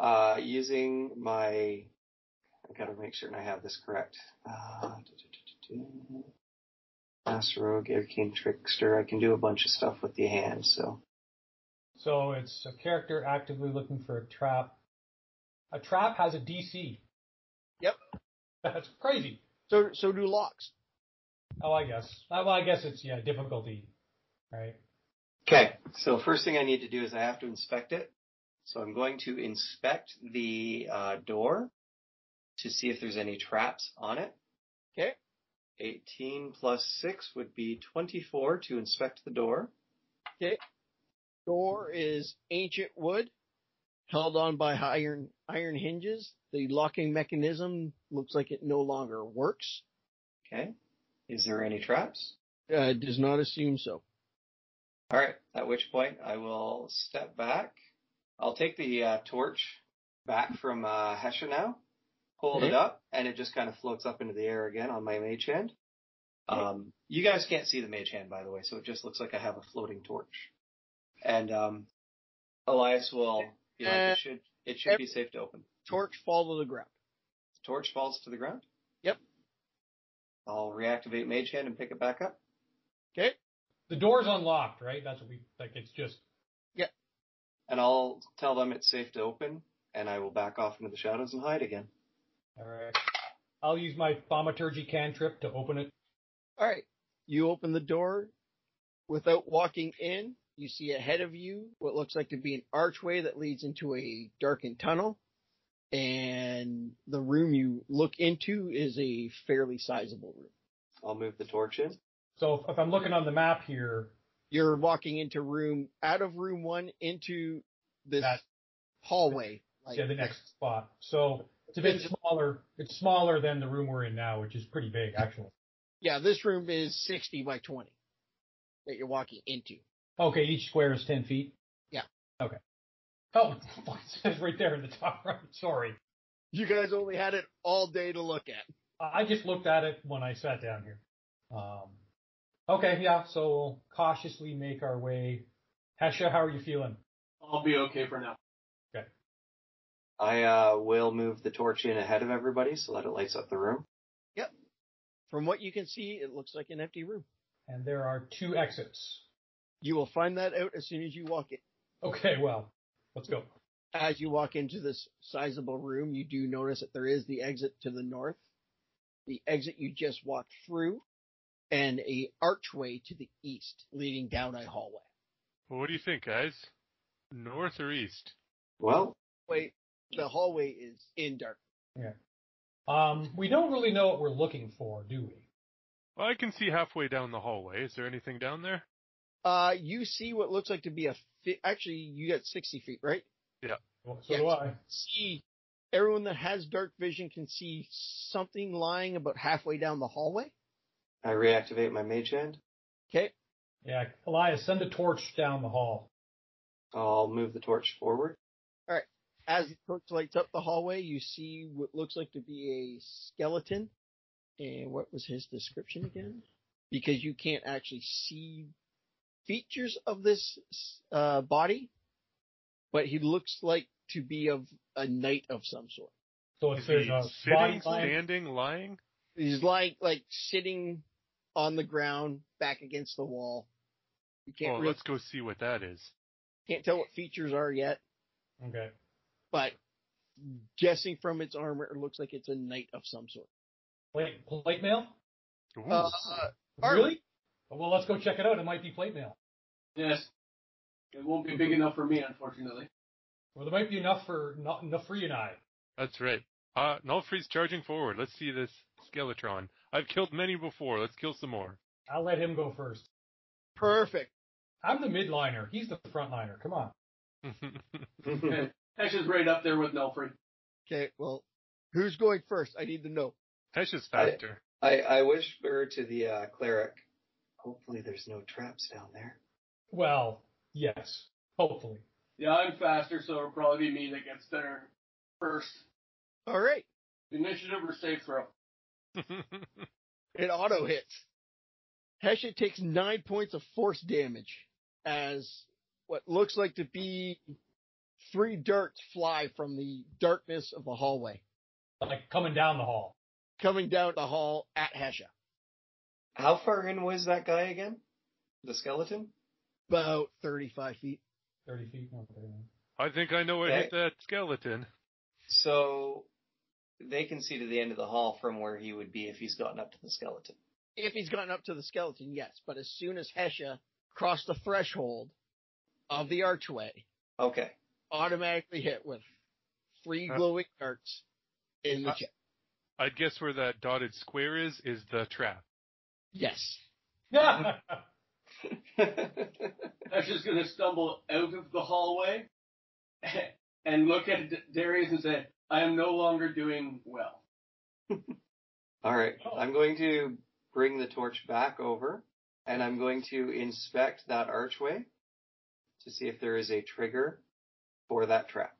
Uh, using my, I gotta make sure I have this correct. Uh, Mass rogue, air king, trickster. I can do a bunch of stuff with the hand, so So it's a character actively looking for a trap. A trap has a DC. Yep. That's crazy. So so do locks. Oh, I guess. Uh, Well, I guess it's yeah difficulty, right? Okay, so first thing I need to do is I have to inspect it. So I'm going to inspect the uh, door to see if there's any traps on it. 'Kay. 18 plus 6 would be 24 to inspect the door. Door is ancient wood, held on by iron iron hinges. The locking mechanism looks like it no longer works. Okay. Is there any traps? Uh, does not assume so. All right, at which point I will step back. I'll take the uh, torch back from uh, Hesha now, hold it Okay. up, and it just kind of floats up into the air again on my mage hand. Um, you guys can't see the mage hand, by the way, so it just looks like I have a floating torch. And um, Elias will be like, Uh, it should, it should be safe to open. Torch fall to the ground. torch falls to the ground. Yep. I'll reactivate mage hand and pick it back up. Okay. The door's unlocked, right? That's what we like. It's just and I'll tell them it's safe to open, and I will back off into the shadows and hide again. all right. I'll use my thaumaturgy cantrip to open it. All right. You open the door without walking in. You see ahead of you what looks like to be an archway that leads into a darkened tunnel. And the room you look into is a fairly sizable room. I'll move the torch in. So if, if I'm looking on the map here, You're walking into room, out of room one into this That- hallway. yeah, the next spot. So it's a bit smaller. It's smaller than the room we're in now, which is pretty big actually. Yeah, this room is 60 by 20 that you're walking into. Okay, each square is ten feet. Yeah. Okay. Oh, (laughs) it says right there in the top right. Sorry, You guys only had it all day to look at. I I just looked at it when I sat down here. Um, okay, yeah. So we'll cautiously make our way. Hesha, how are you feeling? I'll be okay for now. I uh, will move the torch in ahead of everybody so that it lights up the room. From what you can see, it looks like an empty room. And there are two exits. You will find that out as soon as you walk in. Okay, well, let's go. As you walk into this sizable room, you do notice that there is the exit to the north, the exit you just walked through, and a archway to the east leading down a hallway. Well, what do you think, guys? North or east? Well, Wait, the hallway is in dark. Um, we don't really know what we're looking for, do we? Well, I can see halfway down the hallway. Is there anything down there? Uh, you see what looks like to be a fi- actually you got 60 feet, right? Well, so Yes. do I. See, everyone that has dark vision can see something lying about halfway down the hallway. I reactivate my mage hand. Okay. Yeah, Elias, send a torch down the hall. I'll move the torch (laughs) forward. As the torch lights up the hallway, you see what looks like to be a skeleton. And what was his description again? Because you can't actually see features of this uh, body, but he looks like to be of a knight of some sort. So Is it's he there's a body sitting, line. standing, lying? He's like like sitting on the ground, back against the wall. You can't Well, really let's go see what that is. Can't tell what features are yet, Okay. but guessing from its armor, it looks like it's a knight of some sort. Plate, plate mail? Ooh. Uh, Armor. Really? Well, let's go check it out. It might be plate mail. Yes. It won't be big enough for me, unfortunately. Well, there might be enough for not enough for you and I. That's right. Uh, Nulfree's charging forward. Let's see this Skeletron. I've killed many before. Let's kill some more. (laughs) I'll let him go first. perfect. I'm the midliner. He's the frontliner. Come on. Okay. Hesh is right up there with Nelfrey. Okay, well, who's going first? I need to know. Hesh is faster. (laughs) I, I whisper to the uh, cleric. Hopefully, there's no traps down there. Well, yes. Hopefully. Yeah, I'm faster, so it'll probably be me that gets there first. All right, Initiative or safe throw? it auto hits. Hesha takes nine points of force damage as what looks like to be three darts fly from the darkness of the hallway, Like coming down the hall. coming down the hall at Hesha. How far in was that guy again? The skeleton? About 35 feet. Thirty feet. No, 30. I think I know what hit that skeleton. So they can see to the end of the hall from where he would be if he's gotten up to the skeleton. If he's gotten up to the skeleton, yes. But as soon as Hesha crossed the threshold of the archway, (laughs) Okay. automatically hit with three Uh, glowing darts in the uh, chest. I'd guess where that dotted square is, is the trap. Yes. Hesh is going to stumble out of the hallway (laughs) and look at D- Darius and say, I am no longer doing well. All right. Oh. I'm going to bring the torch back over and I'm going to inspect that archway to see if there is a trigger for that trap.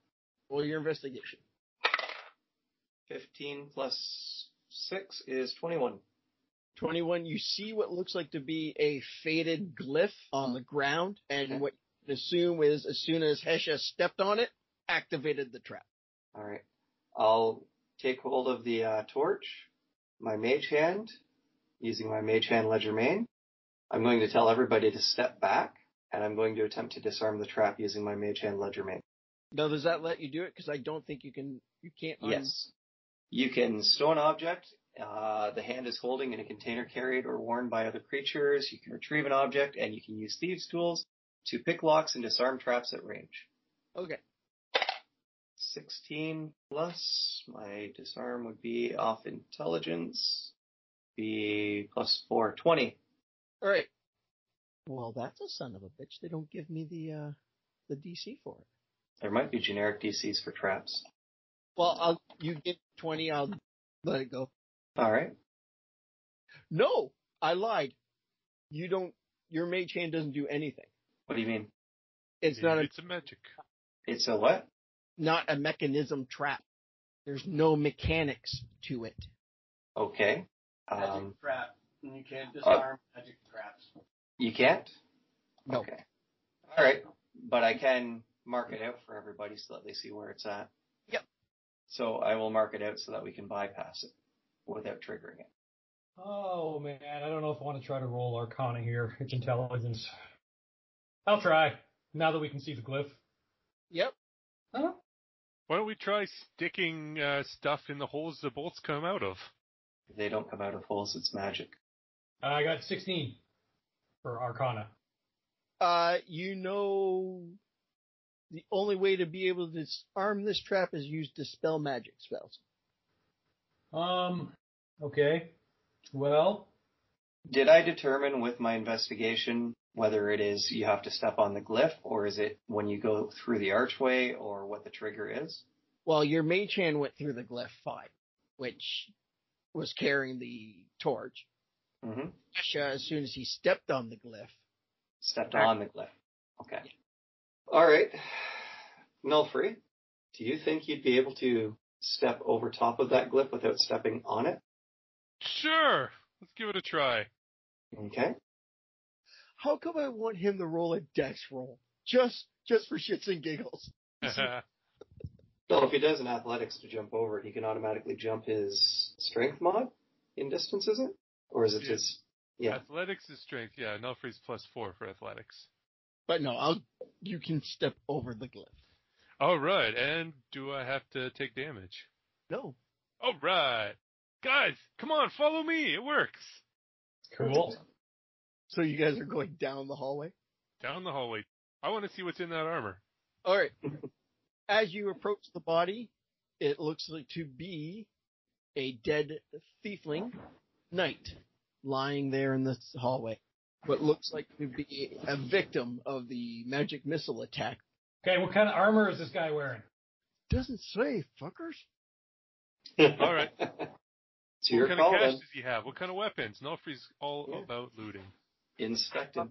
Roll your investigation. 15 plus 6 is 21. 21, you see what looks like to be a faded glyph on the ground, and what you can assume is as soon as Hesha stepped on it, activated the trap. All right. I'll take hold of the uh, torch, my mage hand, using my mage hand ledger main. I'm going to tell everybody to step back, and I'm going to attempt to disarm the trap using my mage hand ledger main. Now, does that let you do it? Because I don't think you can, you can't. un- Yes. You can stow an object uh, the hand is holding in a container carried or worn by other creatures. You can retrieve an object, and you can use thieves' tools to pick locks and disarm traps at range. okay. 16 plus my disarm would be off intelligence be plus 4 20 All right. Well, that's a son of a bitch. They don't give me the uh, the DC for it. there might be generic dcs for traps Well, I'll you get twenty. I'll let it go. all right No, I lied. You don't. Your mage hand doesn't do anything. What do you mean? It's not a it's a magic. It's a what? not a mechanism trap. There's no mechanics to it. Okay. Magic Um, trap. And you can't disarm magic traps. you can't? No. Okay. All right. But I can mark it out for everybody so that they see where it's at. Yep. So I will mark it out so that we can bypass it without triggering it. (laughs) Oh man, I don't know if I want to try to roll Arcana here. It's intelligence. I'll try. Now that we can see the glyph. Yep. Huh? Why don't we try sticking uh, stuff in the holes the bolts come out of? If they don't come out of holes, it's magic. Uh, I got 16 for Arcana. Uh, you know, the only way to be able to disarm this trap is use dispel magic spells. Um. Okay. Well, Did I determine with my investigation whether it is you have to step on the glyph or is it when you go through the archway or what the trigger is? Well, your mage hand went through the glyph five, which was carrying the torch. hmm Asha, as soon as he stepped on the glyph, Stepped Right. on the glyph. Okay. All right. Nullfree, do you think you'd be able to step over top of that glyph without stepping on it? Sure. Let's give it a try. Okay. how come I want him to roll a dex roll just just for shits and giggles? (laughs) No, if he does an athletics to jump over it, he can automatically jump his strength mod in distance, is it? Or is it Yeah. his? Yeah. Athletics is strength. Yeah, Nulfree's plus four for athletics. But no, I'll. You can step over the glyph. All right. And do I have to take damage? No. All right. Guys, come on, follow me. It works. cool. So you guys are going down the hallway. Down the hallway. I want to see what's in that armor. All right. As you approach the body, it looks like to be a dead thiefling knight lying there in this hallway. What looks like to be a victim of the magic missile attack. Okay, what kind of armor is this guy wearing? Doesn't say, fuckers. All right. (laughs) So you're what kind of called cash then. does he have? What kind of weapons? Nulfree's all Yeah. about looting. Inspected.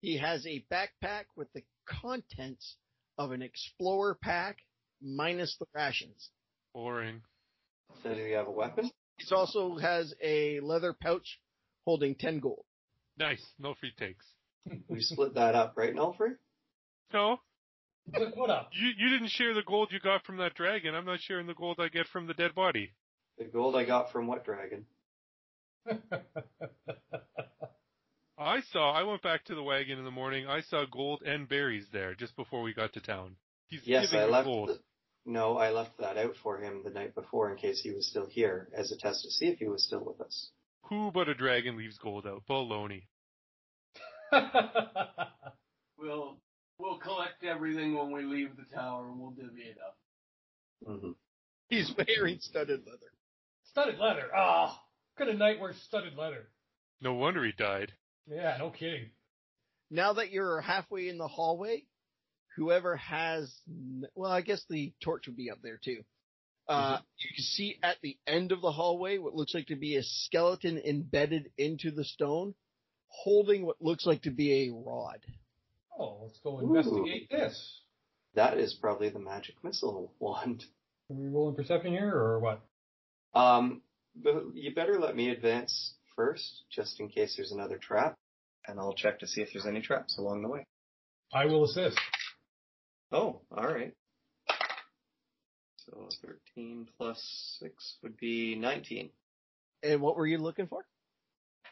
He has a backpack with the contents of an explorer pack minus the rations. Boring. So do you have a weapon? It also has a leather pouch holding 10 gold. Nice. Nulfree takes. We (laughs) split that up, right, Nulfree? No, What, what up? (laughs) you you didn't share the gold you got from that dragon. I'm not sharing the gold I get from the dead body. The gold I got from what dragon? I saw. I went back to the wagon in the morning. I saw gold and berries there just before we got to town. He's Yes, giving I you left. gold. the- no, I left that out for him the night before in case he was still here as a test to see if he was still with us. Who but a dragon leaves gold out? Baloney. We'll we'll collect everything when we leave the tower and we'll divvy it up. hmm He's wearing studded leather. studded leather. Ah, could a knight wear studded leather? No wonder he died. (laughs) Yeah, no kidding. now that you're halfway in the hallway, whoever has, well, I guess the torch would be up there too. Uh, you can see at the end of the hallway what looks like to be a skeleton embedded into the stone, holding what looks like to be a rod. Oh, let's go investigate this. That is probably the magic missile (laughs) wand. Are we rolling perception here or what? Um, but you better let me advance first, just in case there's another trap, and I'll check to see if there's any traps along the way. I will assist. Oh, all right. So 13 plus 6 would be 19 And what were you looking for?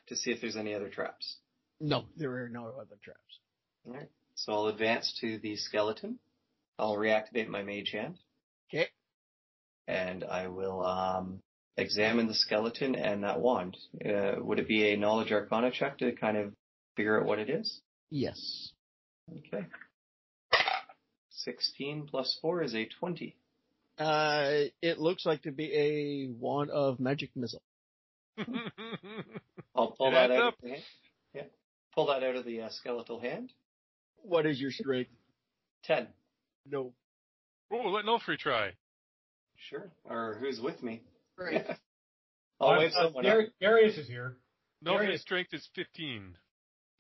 to see if there's any other traps. No, there are no other traps. All right. So I'll advance to the skeleton. I'll reactivate my mage hand. 'Kay. And I will um, examine the skeleton and that wand. Uh, would it be a knowledge arcana check to kind of figure out what it is? Yes. Okay. 16 plus 4 is a 20. Uh, it looks like to be a wand of magic missile. I'll pull It that adds out. up. Of the hand. Yeah. Pull that out of the uh, skeletal hand. What is your strength? 10. No. oh, let Nulfree try. Sure. Or who's with me? Right. I'll I'm- wave uh, someone Dar- up. Darius is here. No, There it his is. strength is 15.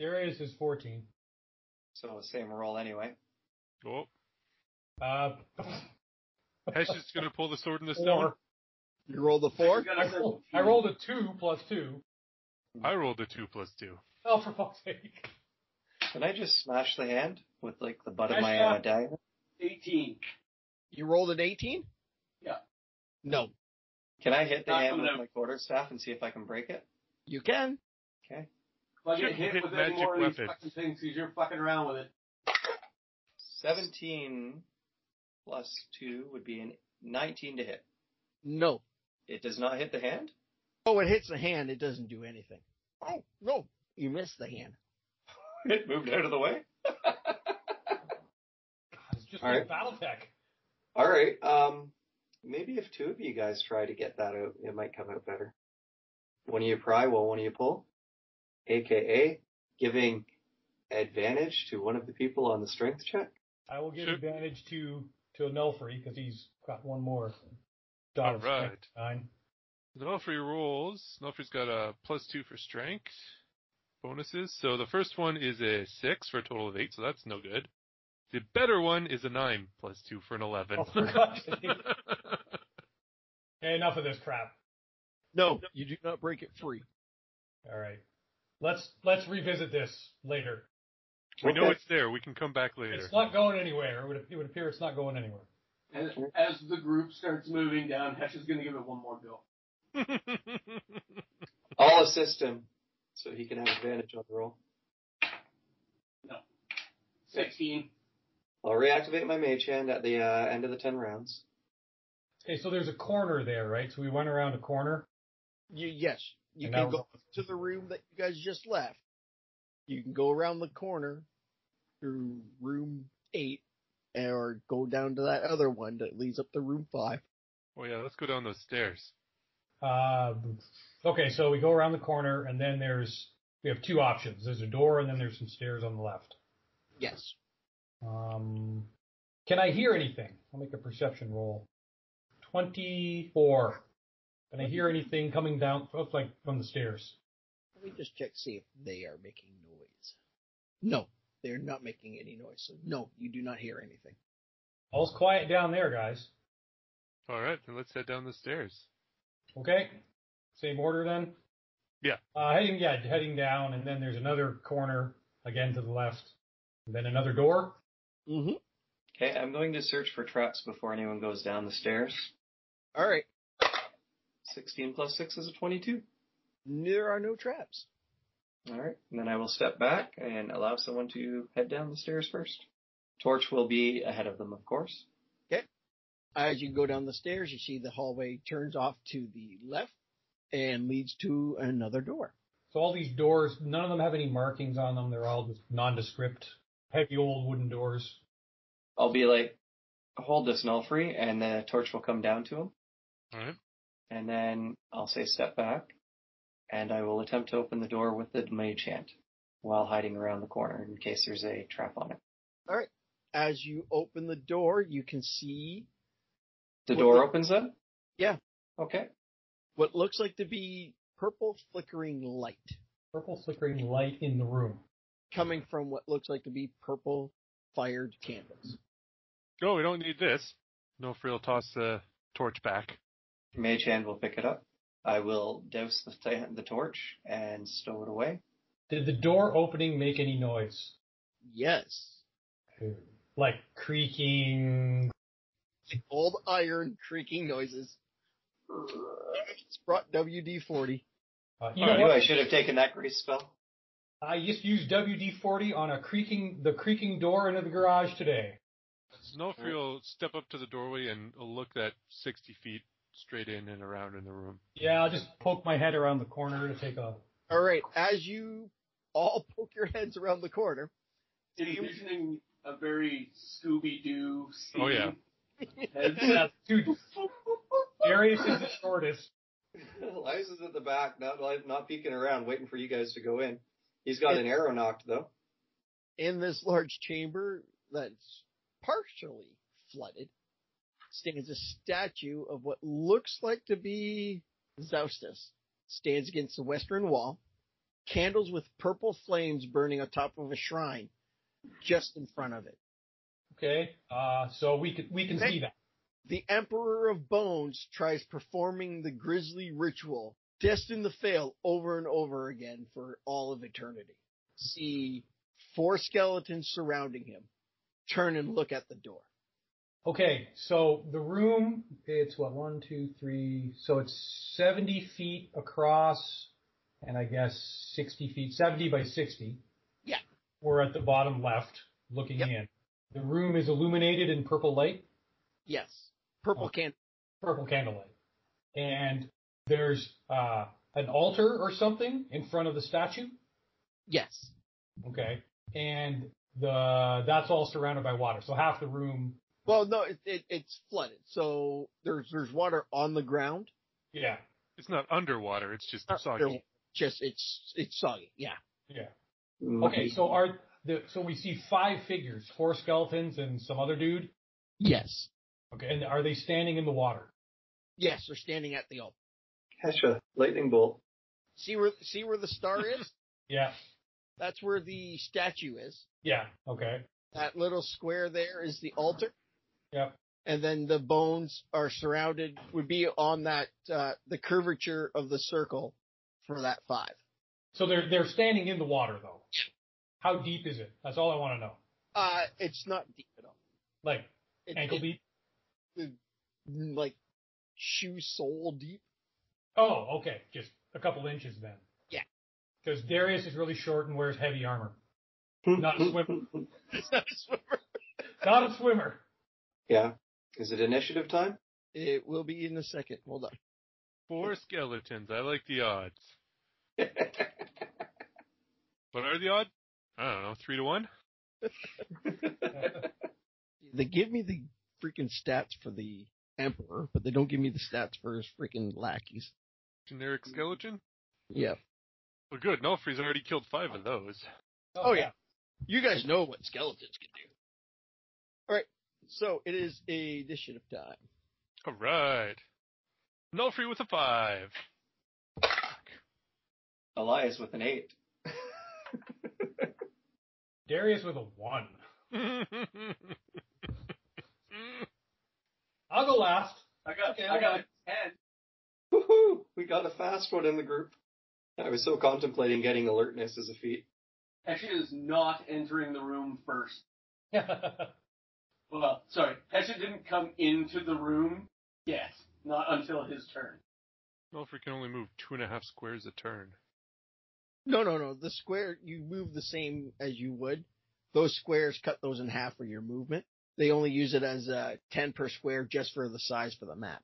Darius is 14. So same roll anyway. (laughs) Oh, Uh, (laughs) Hesh is going to pull the sword in the stone. four. You roll the four. You gotta I send- rolled, I rolled a 2 plus 2. I rolled a 2 plus 2. Oh, for fuck's sake. Can I just smash the hand with like the butt of Smash my uh, that. dagger? 18. You rolled an eighteen. Yeah. No, Can I hit the Knock hand them with out. my quarter staff and see if I can break it? you can. Okay. If I get Shouldn't hit hit with any magic more of these weapon. fucking things, 'cause you're fucking around with it. Seventeen plus two would be an nineteen to hit. No. It does not hit the hand. (laughs) Oh, it hits the hand. It doesn't do anything. Oh no, you missed the hand. It moved out of the way. God, it's just All like right. Battletech. All right. Um, maybe if two of you guys try to get that out, it might come out better. One of you pry, while one of you pull, aka giving advantage to one of the people on the strength check. I will give Sure. advantage to to Anelfree because he's got one more. dot of All right. strength, Nine. Nofri rolls. Nofri's got a plus 2 for strength bonuses. So the first one is a 6 for a total of 8, so that's no good. The better one is a 9 plus 2 for an 11. Oh, for (laughs) God's sake. Hey, enough of this crap. No, you do not break it free. All right. Let's let's revisit this later. we know Okay. it's there. We can come back later. It's not going anywhere. It would, it would appear it's not going anywhere. And as the group starts moving down, Hesh is going to give it one more go. I'll assist him so he can have advantage on the roll. 16. I'll reactivate my mage hand at the uh, end of the ten rounds. Okay, so there's a corner there, right? So we went around a corner. You yes, you And can that was- go to the room that you guys just left. You can go around the corner through room eight, or go down to that other one that leads up to room five. (laughs) oh yeah, let's go down those stairs. Uh, okay, so we go around the corner, and then there's we have two options. There's a door, and then there's some stairs on the left. Yes. Um, can I hear anything? I'll make a perception roll. Twenty-four. Can I hear anything coming down, oh, like from the stairs? Let me just check see if they are making noise. No, they're not making any noise. So no, you do not hear anything. All's quiet down there, guys. All right, then let's head down the stairs. Okay. Same order then? Yeah. Uh, heading, yeah, heading down, and then there's another corner again to the left, and then another door. Mm-hmm. Okay, I'm going to search for traps before anyone goes down the stairs. All right. Sixteen plus six is a twenty-two. There are no traps. All right, and then I will step back and allow someone to head down the stairs first. Torch will be ahead of them, of course. As you go down the stairs, you see the hallway turns off to the left and leads to another door. So all these doors, none of them have any markings on them. They're all just nondescript, heavy old wooden doors. I'll be like, hold this null free, and the torch will come down to him, All right. and then I'll say step back, and I will attempt to open the door with the mage hand while hiding around the corner in case there's a trap on it. As you open the door, you can see The What door the- opens up? Yeah. Okay. what looks like to be purple flickering light Purple flickering light in the room. coming from what looks like to be purple fired candles. No, we don't need this. No frill toss the torch back. Mage hand will pick it up. I will douse the, ta the torch and stow it away. Did the door opening make any noise? Yes. Like creaking. Old iron creaking noises. It's brought WD 40. Uh, you I know knew I what? should have taken that grace (laughs) spell. I just used WD-40 on a creaking, the creaking door into the garage today. Snowfree will step up to the doorway and look that 60 feet straight in and around in the room. Yeah, I'll just poke my head around the corner to take (laughs) a. All right. As you all (laughs) poke your heads around the corner, Envisioning a very Scooby Doo scene. Oh, yeah. Heads- Dude, Darius is the shortest. Liza's at the back, not not peeking around, waiting for you guys to go in. He's got an arrow knocked though. in this large chamber that's partially flooded stands a statue of what looks like to be Zaustas stands against the western wall, candles with purple flames burning atop of a shrine just in front of it. Okay. Uh, so we can we can Hey. see that. The Emperor of Bones tries performing the grisly ritual, destined to fail over and over again for all of eternity. See four skeletons surrounding him. Turn and look at the door. Okay. So the room it's what one two three. So it's seventy feet across, and I guess sixty feet, seventy by sixty. Yeah. We're at the bottom left, looking Yep. in. The room is illuminated in purple light. Yes. Purple Oh. candle. purple candlelight. And there's uh, an altar or something in front of the statue. Yes. Okay. And the that's all surrounded by water. So half the room. Well, no, it, it, it's flooded. So there's, there's water on the ground. Yeah. It's not underwater. It's just Oh. soggy. Just, it's, it's soggy. Yeah. Yeah. Mm, Okay. So are the so we see five figures, four skeletons and some other dude. Yes. Okay. And are they standing in the water? Yes. They're standing at the altar. Catch a lightning bolt. See where, see where the star is? Yeah. That's where the statue is. Yeah. Okay. That little square there is the altar. Yep. And then the bones are surrounded, would be on that, uh, the curvature of the circle for that five. So they're they're standing in the water though. How deep is it? That's all I want to know. Uh, it's not deep at all. Like It, ankle it- deep. Like shoe sole (laughs) deep. Oh, okay. Just a couple inches then. Yeah. Because Darius is really short and wears heavy armor. (laughs) Not a swimmer. It's not a swimmer. Not a swimmer. (laughs) yeah. Is it initiative time? It will be in a second. Hold on. Four skeletons. I like the odds. What are the odds? I don't know. Three to one. They give me the freaking stats for the emperor, but they don't give me the stats for his freaking lackeys. Generic skeleton. Yeah. Well, good. Nolfree's already killed five of those. Oh, yeah. You guys know what skeletons can do. Alright, so it is initiative time. All right. Nolfree with a five. Elias with an eight. Darius with a one. (laughs) I'll go last. (laughs) I got Okay, I got okay. ten. Woohoo! We got a fast one in the group. I was so contemplating getting alertness as a feat. Hesha is not entering the room first. okay. Well, sorry, Hesha didn't come into the room yet. Not until his turn. Nolfree can only move two and a half squares a turn. No, no, no. The square, you move the same as you would. Those squares cut those in half for your movement. They only use it as uh, 10 per square just for the size for the map.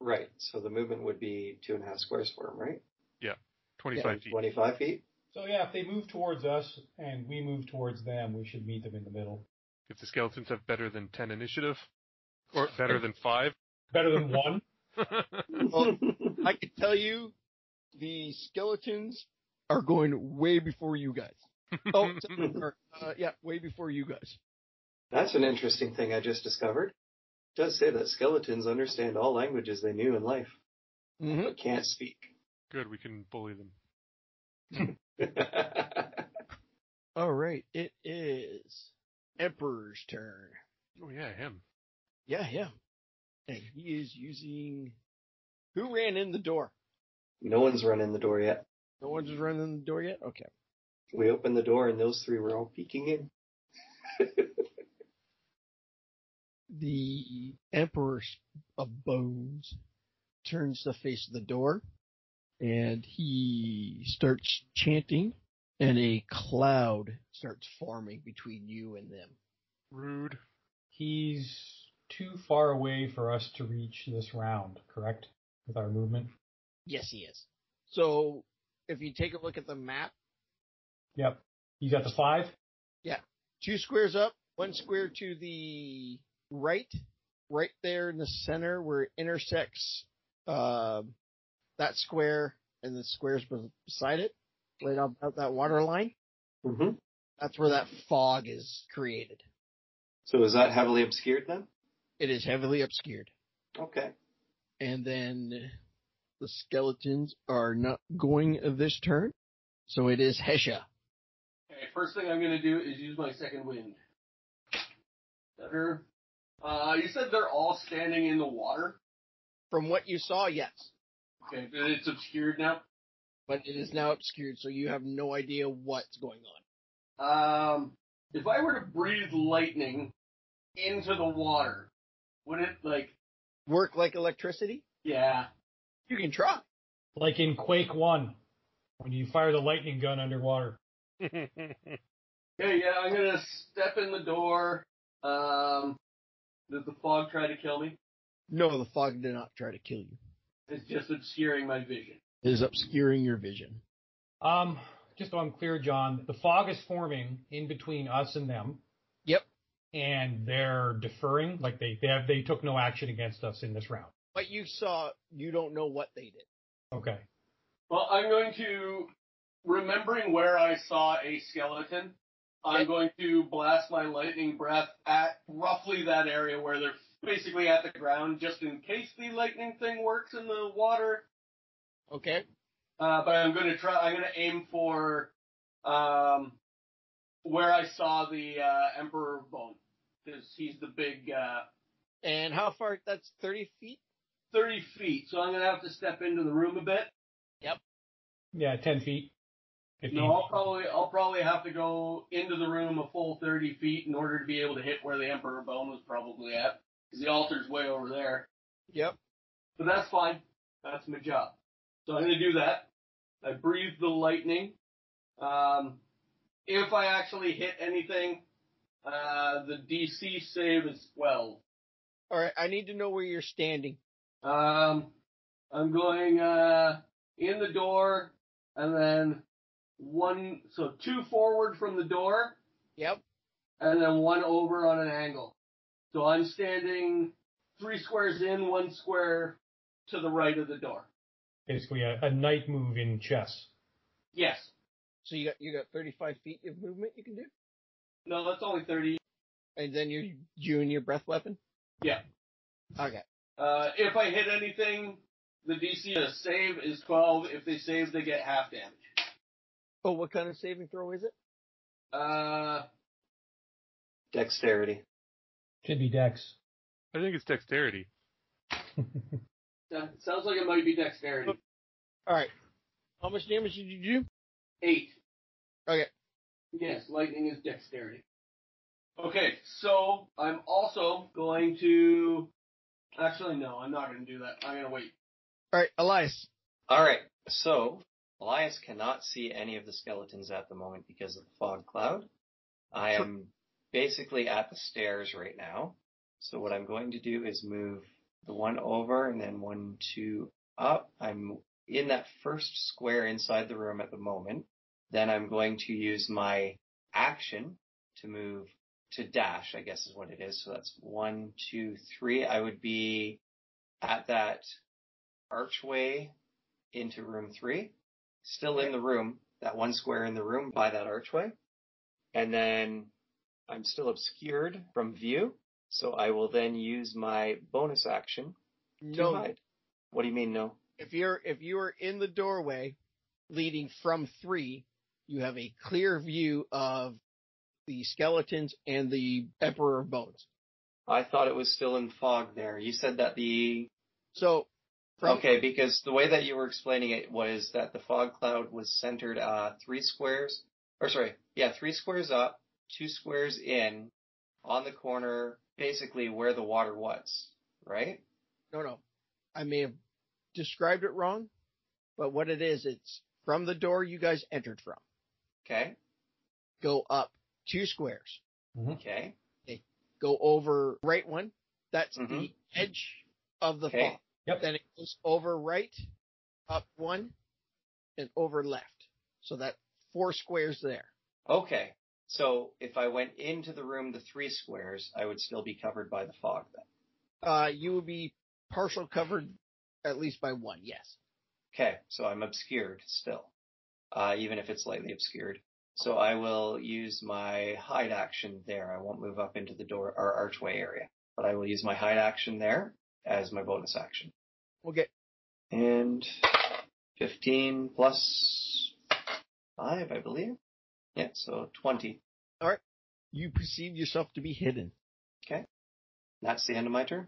Right. So the movement would be two and a half squares for him, right? Twenty-five feet. Twenty-five feet. So yeah, if they move towards us and we move towards them, we should meet them in the middle. If the skeletons have better than ten initiative, or better than five. Better than one. Well, I can tell you the skeletons are going way before you guys. (laughs) Oh, sorry. uh, yeah, way before you guys. That's an interesting thing I just discovered. It does say that skeletons understand all languages they knew in life, Mm-hmm. but can't speak. (laughs) Good. We can bully them. All right, it is Emperor's turn. Oh yeah, him. Yeah, him. And he is using. Who ran in the door? no one's run in the door yet. No one's running in the door yet? Okay. We opened the door and those three were all peeking in. The Emperor of Bones turns to face the door and he starts chanting, and a cloud starts forming between you and them. Rude. He's too far away for us to reach this round, correct? With our movement. Yes, he is. So if you take a look at the map, Yep. He's at the five. two squares up, one square to the right, right there in the center where it intersects uh, that square and the squares be- beside it, right up out that water line. hmm That's where that fog is created. So is that heavily obscured then? It is heavily obscured. Okay. And then The skeletons are not going this turn, so it is Hesha. Okay, first thing I'm gonna do is use my second wind. Better. Uh, you said they're all standing in the water. From what you saw, yes, Okay, but it's obscured now. but it is now obscured, so you have no idea what's going on. Um, if I were to breathe lightning into the water, would it like? Work like electricity? Yeah. You can try. Like in Quake 1, when you fire the lightning gun underwater. Okay, yeah, I'm gonna step in the door. Um, does the fog try to kill me? No, the fog did not try to kill you. It's just obscuring my vision. It is obscuring your vision. Um, just so I'm clear, John, the fog is forming in between us and them. Yep. And they're deferring, like they they, have, they took no action against us in this round. What you saw, you don't know what they did. Okay. Well, I'm going to, remembering where I saw a skeleton, I'm going to blast my lightning breath at roughly that area where they're basically at the ground, just in case the lightning thing works in the water. Okay? Uh, but I'm going to try. I'm going to aim for um, where I saw the uh, Emperor Bone, because he's the big uh, And how far? That's 30 feet? 30 feet. So I'm going to have to step into the room a bit. Yeah, 10 feet. 15 No, I'll feet. probably I'll probably have to go into the room a full thirty feet in order to be able to hit where the Emperor Bone was probably at, because the altar's way over there. Yep. But that's fine. That's my job. So I'm gonna do that. I breathe the lightning. Um, if I actually hit anything, uh, the DC save is twelve. Alright, I need to know where you're standing. Um, I'm going uh, in the door, and then one, so two forward from the door. Yep. and then one over on an angle. So I'm standing three squares in, one square to the right of the door. Basically, a, a knight move in chess. Yes. So you got you got 35 feet of movement you can do? No, that's only 30. And then you you and your breath weapon? Yeah. Okay. Uh, if I hit anything, the DC to save is 12. If they save, they get half damage. Oh, what kind of saving throw is it? Uh, Dexterity. Should be Dex. I think it's dexterity. that sounds like it might be dexterity. Alright. How much damage did you do? Eight. Okay. Yes, lightning is dexterity. Okay, so I'm also going to. Actually, no, I'm not going to do that. I'm going to wait. Alright, Elias. All right. So Elias cannot see any of the skeletons at the moment because of the fog cloud. I am basically at the stairs right now. So what I'm going to do is move the one over and then one, two up. I'm in that first square inside the room at the moment. Then I'm going to use my action to move to dash, I guess is what it is. So that's one, two, three. I would be at that archway into room three, still in the room, that one square in the room by that archway. And then I'm still obscured from view, so I will then use my bonus action to No. hide. What do you mean, no? if you're if you are in the doorway leading from three, you have a clear view of the skeletons and the Emperor of Bones. I thought it was still in fog there. You said that the. So from okay, because the way that you were explaining it was that the fog cloud was centered uh, three squares, or sorry, yeah, three squares up, two squares in, on the corner, basically where the water was, right? no no, I may have described it wrong, but what it is, it's from the door you guys entered from. Okay, Go up two squares. okay. Go over right one. That's the Mhm. edge of the Okay. fog. Yep. Then it goes over right, up one, and over left. So that four squares there. Okay. So if I went into the room the three squares, I would still be covered by the fog then. Uh, you would be partial covered at least by one, yes. Okay, so I'm obscured still, uh, even if it's slightly obscured. So I will use my hide action there. I won't move up into the door or archway area, but I will use my hide action there as my bonus action. Okay. And 15 plus 5, I believe. Yeah, so 20. You perceive yourself to be hidden. That's the end of my turn.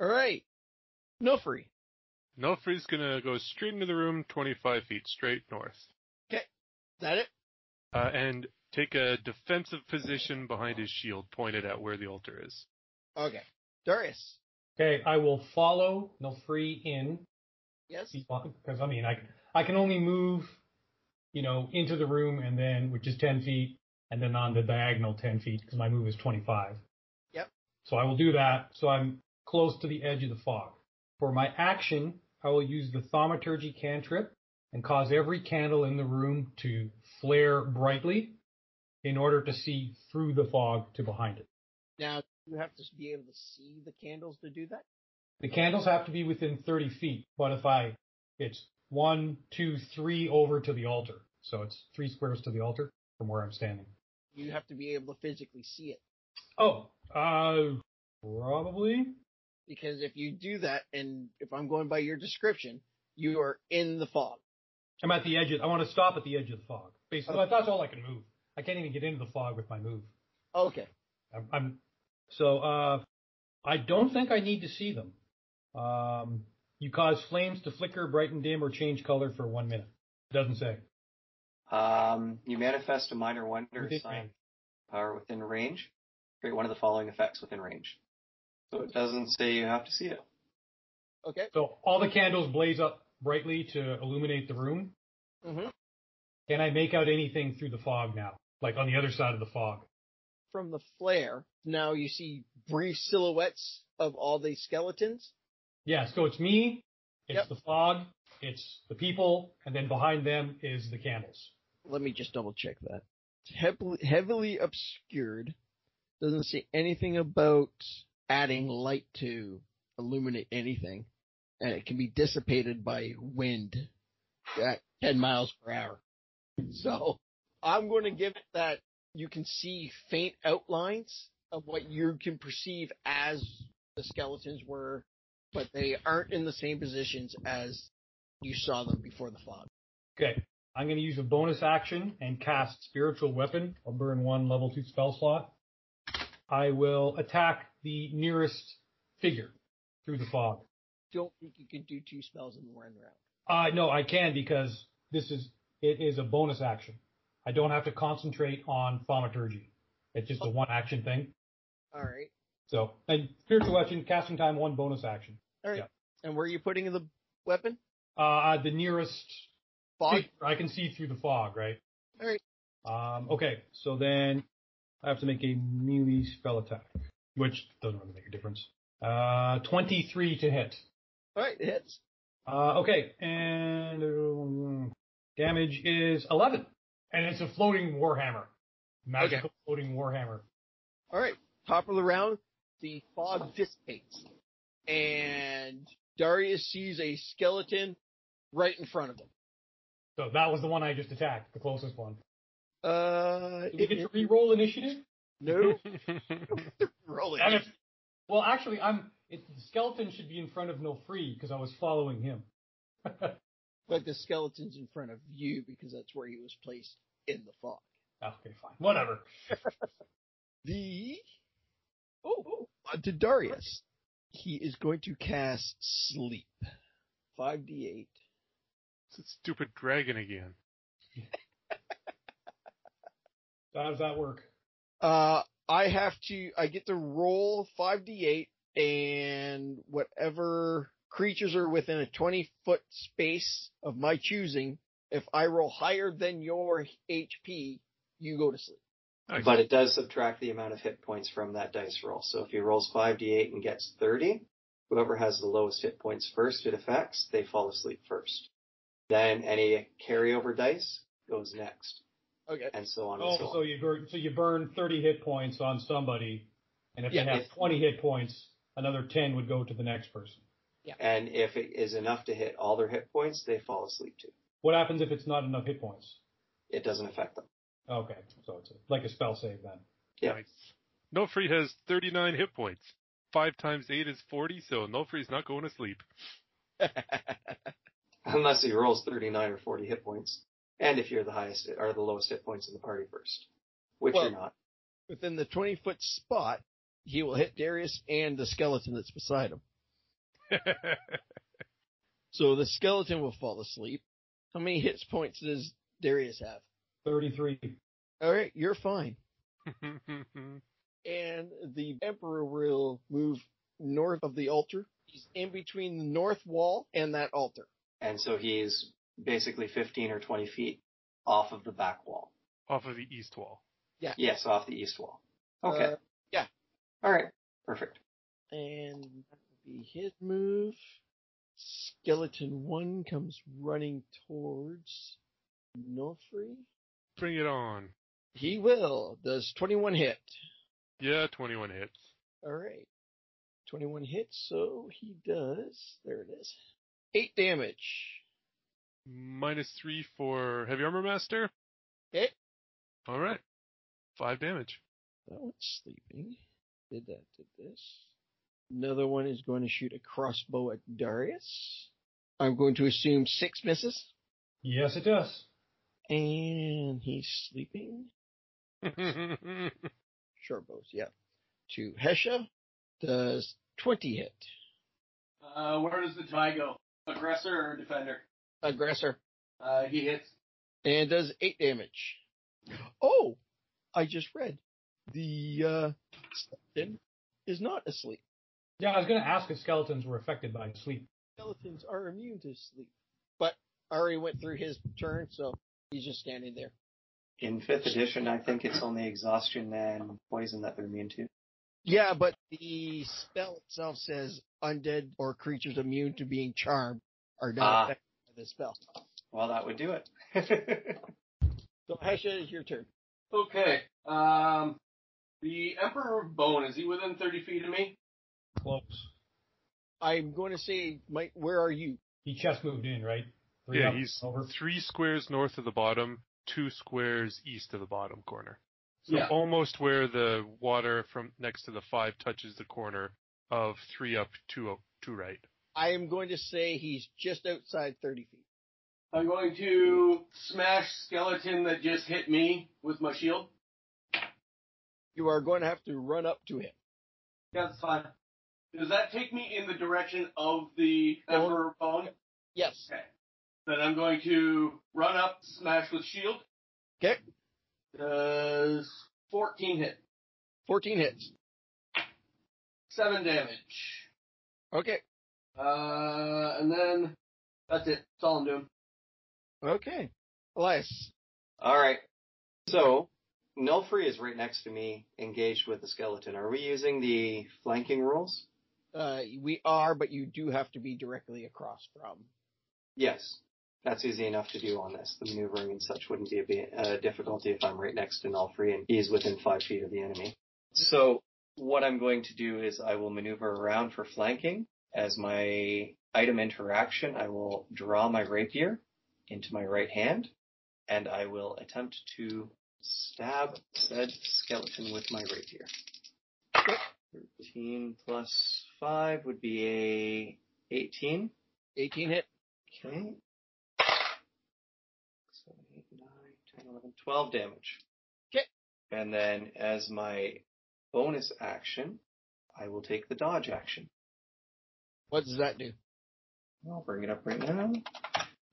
All right. Nofri. Nilfree's gonna go straight into the room, 25 feet straight north, Is that it? uh, and take a defensive position behind his shield, pointed at where the altar is. Okay. Darius. Okay, I will follow Nilfree in Yes. Hmm. because I mean I I can only move, you know, into the room and then which is ten feet and then on the diagonal ten feet because my move is twenty five. Yep. So I will do that. So I'm close to the edge of the fog. For my action, I will use the thaumaturgy cantrip and cause every candle in the room to flare brightly in order to see through the fog to behind it. Now you have to be able to see the candles to do that. The candles have to be within 30 feet, but if I, it's one, two, three over to the altar. So it's three squares to the altar from where I'm standing. You have to be able to physically see it Oh, uh, probably. because if you do that, and if I'm going by your description, you are in the fog. I'm at the edge of, I want to stop at the edge of the fog. Basically, but that's all I can move. I can't even get into the fog with my move. Okay. I'm, I'm so, uh, I don't think I need to see them. Um, you cause flames to flicker, brighten, dim, or change color for one minute. Doesn't say. Um, you manifest a minor wonder Within sign range. power within range. Create one of the following effects within range. So it doesn't say you have to see it. Okay. So all the candles blaze up brightly to illuminate the room. hmm Can I make out anything through the fog now? Like on the other side of the fog? From the flare, now you see brief silhouettes of all the skeletons. Yeah, so it's me, it's Yep. the fog, it's the people, and then behind them is the candles. Let me just double check that. It's heavily, heavily obscured. Doesn't say anything about adding light to illuminate anything, and it can be dissipated by wind at 10 miles per hour. So I'm going to give it that you can see faint outlines of what you can perceive as the skeletons were, but they aren't in the same positions as you saw them before the fog. Okay. I'm going to use a bonus action and cast Spiritual Weapon. I'll burn one level two spell slot. I will attack the nearest figure through the fog. don't think you can do two spells in one round. Uh, no, I can because this is, it is a bonus action. I don't have to concentrate on thaumaturgy. It's just a one action thing. All right. So, and spiritual weapon, casting time, one bonus action. All right. Yeah. And where are you putting in the weapon? Uh, the nearest Fog? figure I can see through the fog, right? All right. Um, okay, so then I have to make a melee spell attack, which doesn't really make a difference. Uh, 23 to hit. All right. It hits. Uh, okay, and um, damage is 11. And it's a floating warhammer. Magical floating warhammer. All right. Top of the round, the fog dissipates. And Darius sees a skeleton right in front of him. So that was the one I just attacked, the closest one. Uh, Did we get to re-roll initiative? (laughs) no. (laughs) Roll Damn it. it. Well, actually, I'm. It, the skeleton should be in front of Nofri because I was following him. But the skeleton's in front of you because that's where he was placed in the fog. Ah, Okay, fine, whatever. The oh, oh uh, to Darius, he is going to cast sleep. Five d eight. It's a stupid dragon again. So How does that work? Uh, I have to, I get to roll 5d8 and whatever creatures are within a 20 foot space of my choosing, if I roll higher than your HP, you go to sleep. Nice. But it does subtract the amount of hit points from that dice roll. So if he rolls 5d8 and gets 30, whoever has the lowest hit points first it affects, they fall asleep first. Then any carryover dice goes next, Okay. and so on and Oh, so on. so you burn, so you burn thirty hit points on somebody, and if Yeah, they have if- twenty hit points, another ten would go to the next person. And if it is enough to hit all their hit points, they fall asleep too. What happens if it's not enough hit points? It doesn't affect them. Okay, so it's like a spell save then. Yeah. Nice. Nilfree has 39 (laughs) hit points. Five times eight is 40, so Nilfree's not going to sleep. (laughs) unless he rolls 39 or 40 hit points, and if you're the highest or the lowest hit points in the party first, which Well- you're not. Within the 20 foot spot, he will hit Darius and the skeleton that's beside him. So the skeleton will fall asleep. How many hit points does Darius have? 33. All right, you're fine. And the Emperor will move north of the altar. He's in between the north wall and that altar. And so he's basically 15 or 20 feet off of the back wall. Off of the east wall. Yes, off the east wall. Okay. Uh, yeah. All right. Perfect. And that would be his move. Skeleton 1 comes running towards Nofri. Bring it on. He will. Does 21 hit? Yeah, 21 hits. All right. 21 hits, so he does. There it is. 8 damage. Minus three for heavy armor master. Hit. All right. Five damage. That one's sleeping. Did that, did this. Another one is going to shoot a crossbow at Darius. I'm going to assume 6 misses. Yes, it does. And he's sleeping. Short bows, yeah. To Hesha, does 20 hit. Uh, where does the tie go? Aggressor or defender? Aggressor. Uh, he hits. And does 8 damage. Oh! I just read. The, uh, skeleton is not asleep. Yeah, I was going to ask if skeletons were affected by sleep. Skeletons are immune to sleep. But Ari went through his turn, so he's just standing there. In fifth edition, I think it's only exhaustion and poison that they're immune to. Yeah, but the spell itself says undead or creatures immune to being charmed are not Ah. affected by the spell. Well, that would do it. (laughs) So Hesha, it's your turn. Okay. Um, the Emperor of Bone, is he within 30 feet of me? Close. I'm going to say, Mike, where are you? He chest moved in, right? Three yeah, up, he's over. three squares north of the bottom, two squares east of the bottom corner. So Yeah. almost where the water from next to the five touches the corner of three up, two up, two right. I am going to say he's just outside 30 feet. I'm going to smash skeleton that just hit me with my shield. You are going to have to run up to him. Yeah, that's fine. Does that take me in the direction of the Emperor of Bone? Yes. Okay. Then I'm going to run up, smash with shield. Okay. Does 14 hit. 14 hits. 7 damage. Okay. Uh, and then that's it. That's all I'm doing. Okay. Elias. All right. So, Nelfree is right next to me, engaged with the skeleton. Are we using the flanking rules? Uh, we are, but you do have to be directly across from. Yes. That's easy enough to do on this. The maneuvering and such wouldn't be a, be- a difficulty if I'm right next to Nalfree and he's within five feet of the enemy. So what I'm going to do is I will maneuver around for flanking. As my item interaction, I will draw my rapier into my right hand and I will attempt to stab said skeleton with my rapier. 13 plus 5 would be a 18. 18 hit. Okay. 7, 8, 9, 10, 11, 12 damage. 'Kay. And then as my bonus action, I will take the dodge action. What does that do? I'll bring it up right now.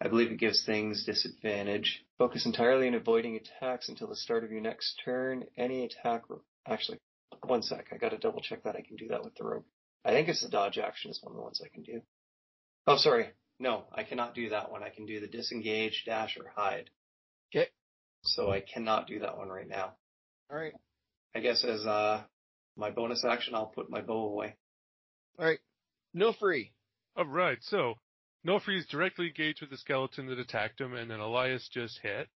I believe it gives things disadvantage. Focus entirely on avoiding attacks until the start of your next turn. Any attack. ro- Actually, one sec. I gotta double check that I can do that with the rogue. I think it's the dodge action is one of the ones I can do. Oh, sorry. No, I cannot do that one. I can do the disengage, dash, or hide. 'Kay. So I cannot do that one right now. All right. I guess as uh, my bonus action, I'll put my bow away. All right. No free. All right, so Nofri is directly engaged with the skeleton that attacked him, and then Elias just hit.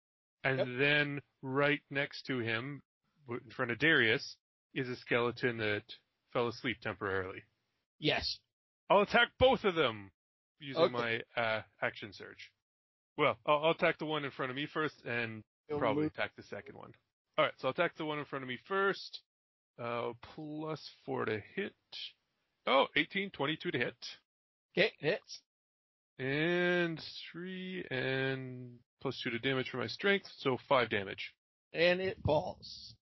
And Yep. then right next to him, w- in front of Darius, is a skeleton that fell asleep temporarily. Yes. I'll attack both of them using Okay. my uh, action surge. Well, I'll, I'll attack the one in front of me first, and He'll probably move- attack the second one. All right, so I'll attack the one in front of me first. Uh, plus four to hit. Oh, 18, 22 to hit. Okay. Hits. and three and plus two to damage for my strength, so five damage. And it falls.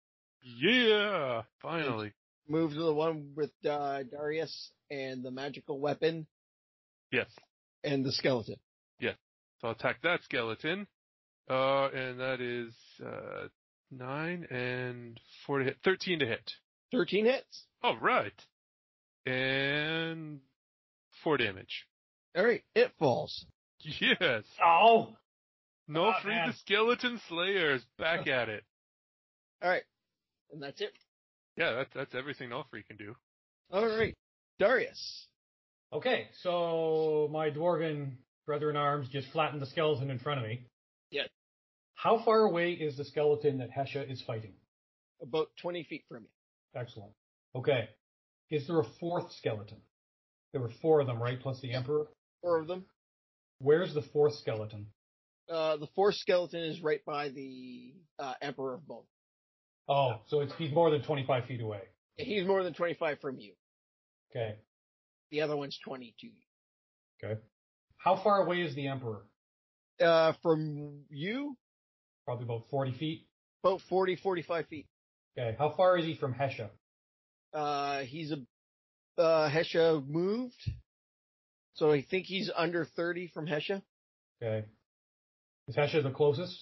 Yeah, finally. Move to the one with uh, Darius and the magical weapon Yes. and the skeleton. So I'll attack that skeleton. Uh, and that is, uh, nine and four to hit, 13 to hit. 13 hits. Alright. And four damage. All right, it falls. Yes. Oh, No, Oh, free man. the skeleton slayers back at it. All right, and that's it. Yeah, that's, that's everything Nolfree can do. All right, Darius. okay. So my dwarven brother in arms just flattened the skeleton in front of me. Yeah. How far away is the skeleton that Hesha is fighting? About 20 feet from you. Excellent. Okay. Is there a fourth skeleton? There were four of them, right? Plus the emperor. Four of them. Where's the fourth skeleton? Uh, the fourth skeleton is right by the uh, Emperor of Bone. Oh, so it's he's more than 25 feet away. He's more than 25 from you. Okay. The other one's 22. Okay. How far away is the emperor? Uh, from you, Probably about 40 feet. about 40, 45 feet. Okay. How far is he from Hesha? Uh, he's a uh, Hesha moved, so I think he's under 30 from Hesha. Okay. Is Hesha the closest?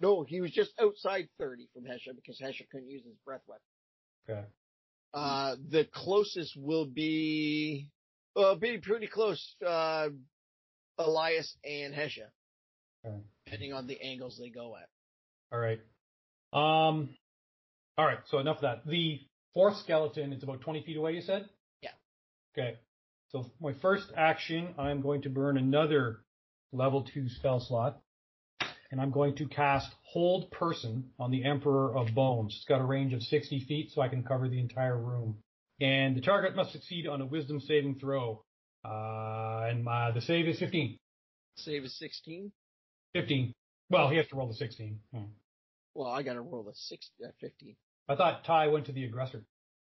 No, he was just outside 30 from Hesha because Hesha couldn't use his breath weapon. Okay. Uh, the closest will be, well, be pretty close, uh, Elias and Hesha, Okay. depending on the angles they go at. All right. Um. All right. So enough of that. The fourth skeleton is about 20 feet away. You said. Yeah. Okay. So my first action, I'm going to burn another level two spell slot, and I'm going to cast Hold Person on the Emperor of Bones. It's got a range of 60 feet, so I can cover the entire room. And the target must succeed on a Wisdom saving throw, uh, and my, the save is 15. Save is 16. 15. Well, he has to roll the 16. Hmm. Well, I gotta roll a 6, uh, 15. I thought Ty went to the aggressor.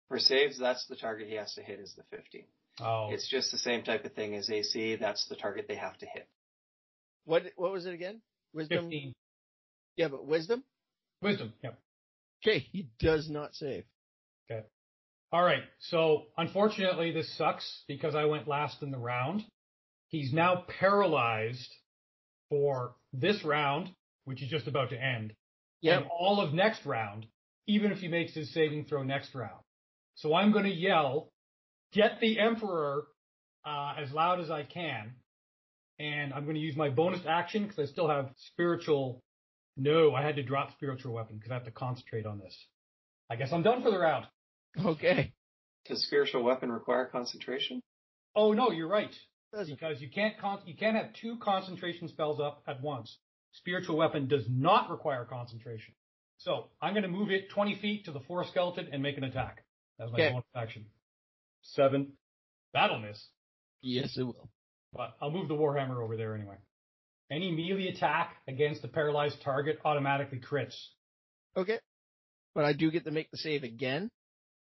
For saves, that's the target he has to hit is the 50. Oh, It's just the same type of thing as AC. That's the target they have to hit. What, what was it again? Wisdom? 15. Yeah, but wisdom? Wisdom. Yep. Okay, he does not save. All right. So unfortunately, this sucks because I went last in the round. He's now paralyzed for this round, which is just about to end, and Yep. all of next round, even if he makes his saving throw next round. So I'm going to yell, get the Emperor uh, as loud as I can. And I'm going to use my bonus action because I still have spiritual. No, I had to drop spiritual weapon because I have to concentrate on this. I guess I'm done for the round. Okay. Does spiritual weapon require concentration? Oh no, you're right Doesn't. because you can't con- you can't have two concentration spells up at once. Spiritual weapon does not require concentration. So I'm going to move it 20 feet to the four skeleton and make an attack. That's my Okay. bonus action. Seven. That'll miss, Yes, it will. but I'll move the warhammer over there anyway. Any melee attack against a paralyzed target automatically crits. Okay. But I do get to make the save again.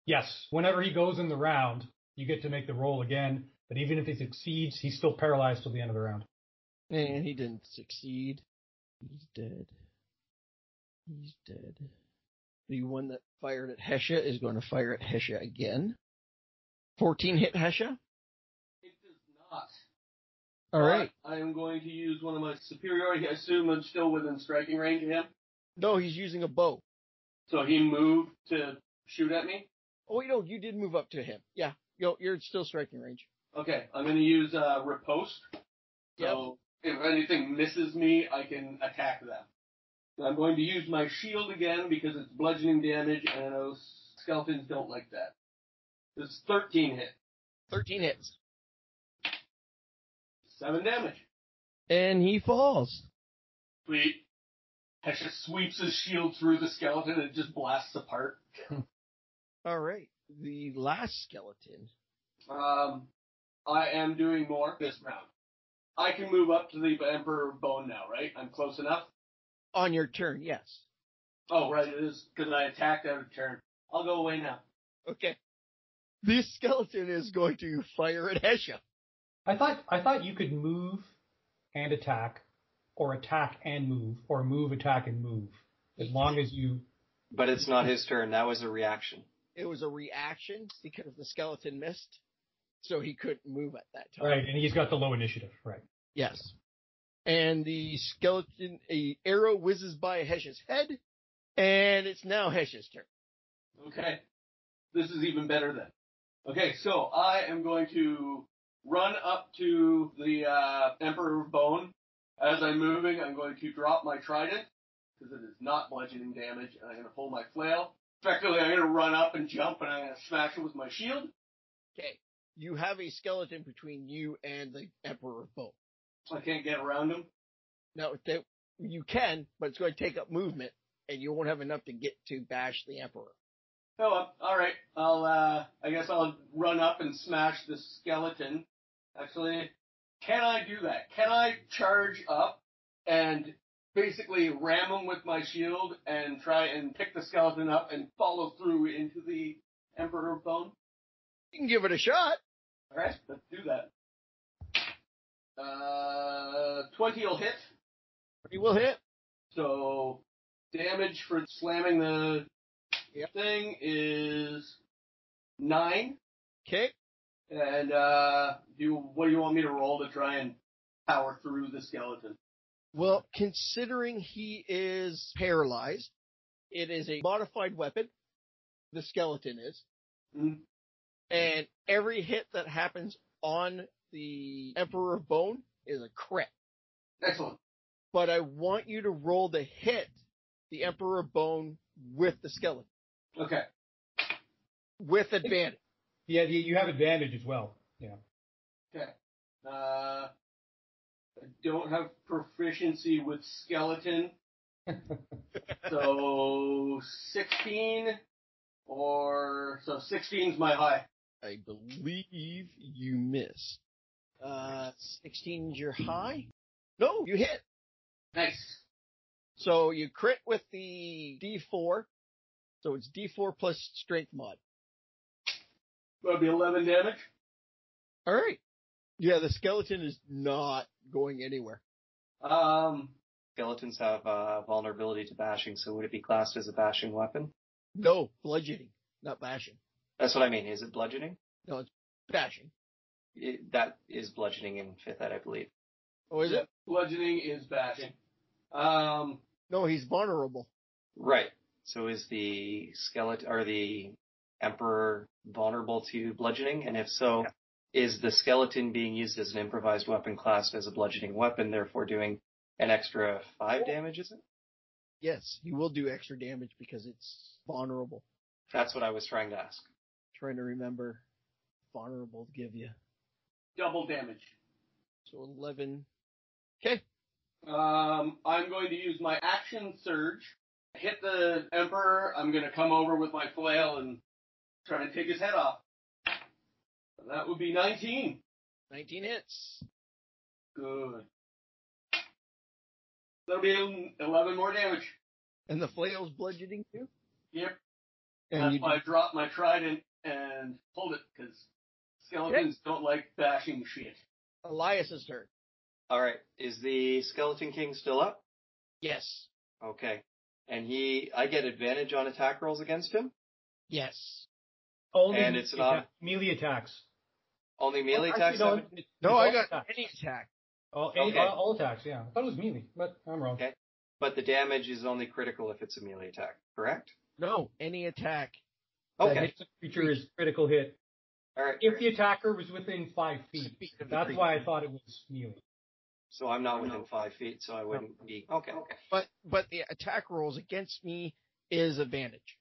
Yes, whenever he goes in the round, you get to make the roll again. But even if he succeeds, he's still paralyzed till the end of the round. And he didn't succeed. He's dead. He's dead. The one that fired at Hesha is going to fire at Hesha again. 14 hit Hesha. It does not. All right. But I am going to use one of my superiority. I assume I'm still within striking range of him. No, he's using a bow. So he moved to shoot at me. Oh, wait, no, you did move up to him. Yeah. Yo, you're still striking range. Okay, I'm going to use uh, riposte. Yep. So if anything misses me, I can attack them. And I'm going to use my shield again because it's bludgeoning damage, and those skeletons don't like that. It's 13 hit, 13 hits. seven damage. And he falls. Sweet. Hesha sweeps his shield through the skeleton and it just blasts apart. All right. The last skeleton. Um, I am doing more this round. I can move up to the Emperor Bone now, right? I'm close enough. On your turn, yes. Oh, right, it is because I attacked out of turn. I'll go away now. Okay. This skeleton is going to fire at Hesha. I thought I thought you could move and attack, or attack and move, or move, attack, and move. As long as you But it's not his turn. That was a reaction. It was a reaction because the skeleton missed, so he couldn't move at that time. right, and he's got the low initiative, right? Yes. And the skeleton, a arrow whizzes by Hesh's head, and it's now Hesh's turn. Okay. This is even better then. Okay, so I am going to run up to the uh, Emperor of Bone. As I'm moving, I'm going to drop my trident because it is not bludgeoning damage, and I'm going to pull my flail. Effectively, I'm going to run up and jump, and I'm going to smash it with my shield. Okay. You have a skeleton between you and the Emperor of Bow. I can't get around him. Now, if that, you can, but it's going to take up movement, and you won't have enough to get to bash the Emperor. Oh, well, all right. I'll. Uh, I guess I'll run up and smash the skeleton. Actually, can I do that? Can I charge up and basically ram him with my shield and try and pick the skeleton up and follow through into the Emperor of Bone? You can give it a shot. All right, let's do that. Uh, twenty will hit. You will hit. So damage for slamming the Yep. thing is nine. Okay. And uh, do you, what do you want me to roll to try and power through the skeleton? Well, considering he is paralyzed, it is a modified weapon. The skeleton is. Mm-hmm. Mhm. And every hit that happens on the Emperor of Bone is a crit. Excellent. But I want you to roll the hit, the Emperor of Bone, with the skeleton, Okay. with advantage. Yeah, you you have advantage as well. Yeah. Okay. Uh, I don't have proficiency (laughs) with skeleton, so sixteen or so sixteen's my high. I believe you missed. Uh, 16's your high? No, you hit. Nice. So you crit with the D4. So it's D4 plus strength mod. That'll be eleven damage. All right. Yeah, the skeleton is not going anywhere. Um, Skeletons have uh, vulnerability to bashing, so would it be classed as a bashing weapon? No, bludgeoning, not bashing. That's what I mean. Is it bludgeoning? Bashing. It, that is bludgeoning in fifth ed, I believe. Oh, is it? bludgeoning is bashing. Um, No, he's vulnerable. Right. So is the skeleton or the emperor vulnerable to bludgeoning? And if so, is the skeleton being used as an improvised weapon classed as a bludgeoning weapon, therefore doing an extra five damage? Is it? Yes, he will do extra damage because it's vulnerable. That's what I was trying to ask. Trying to remember vulnerable to give you. double damage. So 11. Um, I'm going to use my action surge. Hit the emperor. I'm going to come over with my flail and try and take his head off. And that would be 19. 19 hits. Good. That'll be 11 more damage. And the flail's bludgeoning too? Yep. And That's you why I dropped my trident and hold it because skeletons don't like bashing shit. Elias's turn. All right. Is the skeleton king still up? Yes. Okay. And he, I get advantage on attack rolls against him. Yes. Only And it's an atta- ob- melee attacks. Only melee Actually, attacks. no, have- it's- No, it's I all got attacks. any attack. all, any- Okay. all- all attacks. Yeah, I thought it was melee, but I'm wrong. Okay. But the damage is only critical if it's a melee attack, correct? No, any attack. That Okay. hits the creature is critical hit All right. if the attacker was within five feet. That's why I thought it was melee. So I'm not No. within five feet, so I wouldn't be. Okay. But but the attack rolls against me is advantage.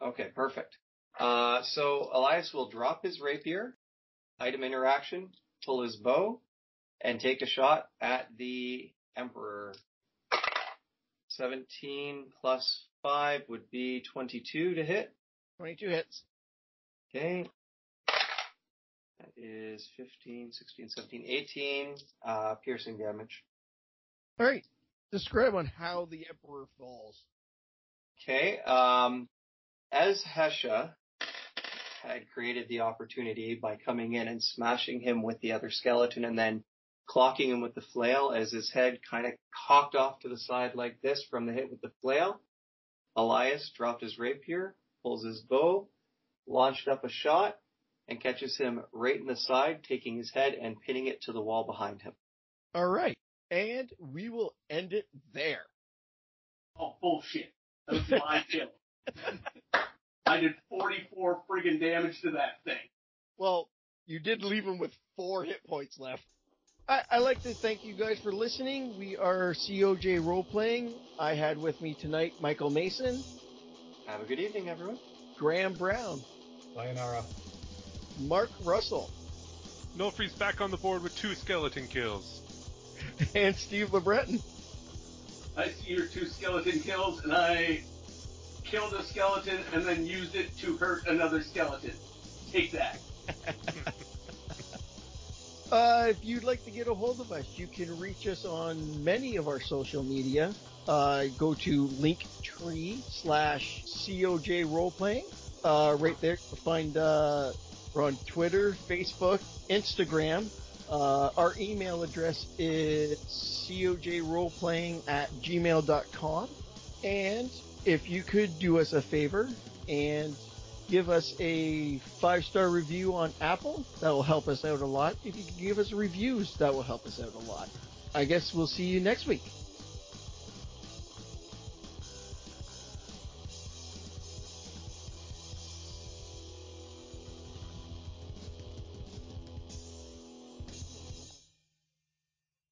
Okay. Perfect. Uh, so Elias will drop his rapier, item interaction, pull his bow, and take a shot at the Emperor. 17 plus 5 would be 22 to hit. Twenty-two hits. Okay. That is 15, 16, 17, 18 uh, piercing damage. All right. Describe on how the emperor falls. Okay. Um, as Hesha, had created the opportunity by coming in and smashing him with the other skeleton and then clocking him with the flail as his head kind of cocked off to the side like this from the hit with the flail. Elias dropped his rapier, pulls his bow, launched up a shot, and catches him right in the side, taking his head and pinning it to the wall behind him. All right. And we will end it there. Oh, bullshit. That was (laughs) my kill. I did 44 friggin' damage to that thing. Well, you did leave him with four hit points left. I, I like to thank you guys for listening. We are COJ role playing. I had with me tonight Michael Mason, Have a good evening, everyone. Graham Brown, Sayonara. Mark Russell, (laughs) Nolfree's back on the board with two skeleton kills. (laughs) and Steve LeBreton. (laughs) I see your two skeleton kills, and I killed a skeleton and then used it to hurt another skeleton. Take that. Uh, if you'd like to get a hold of us, you can reach us on many of our social media. Uh, go to linktree slash COJ roleplaying. Uh, right there, you'll find uh, we're on Twitter, Facebook, Instagram. Uh, our email address is cojroleplaying at gmail.com. And if you could do us a favor and give us a five star review on Apple. That will help us out a lot. If you can give us reviews, that will help us out a lot. I guess we'll see you next week.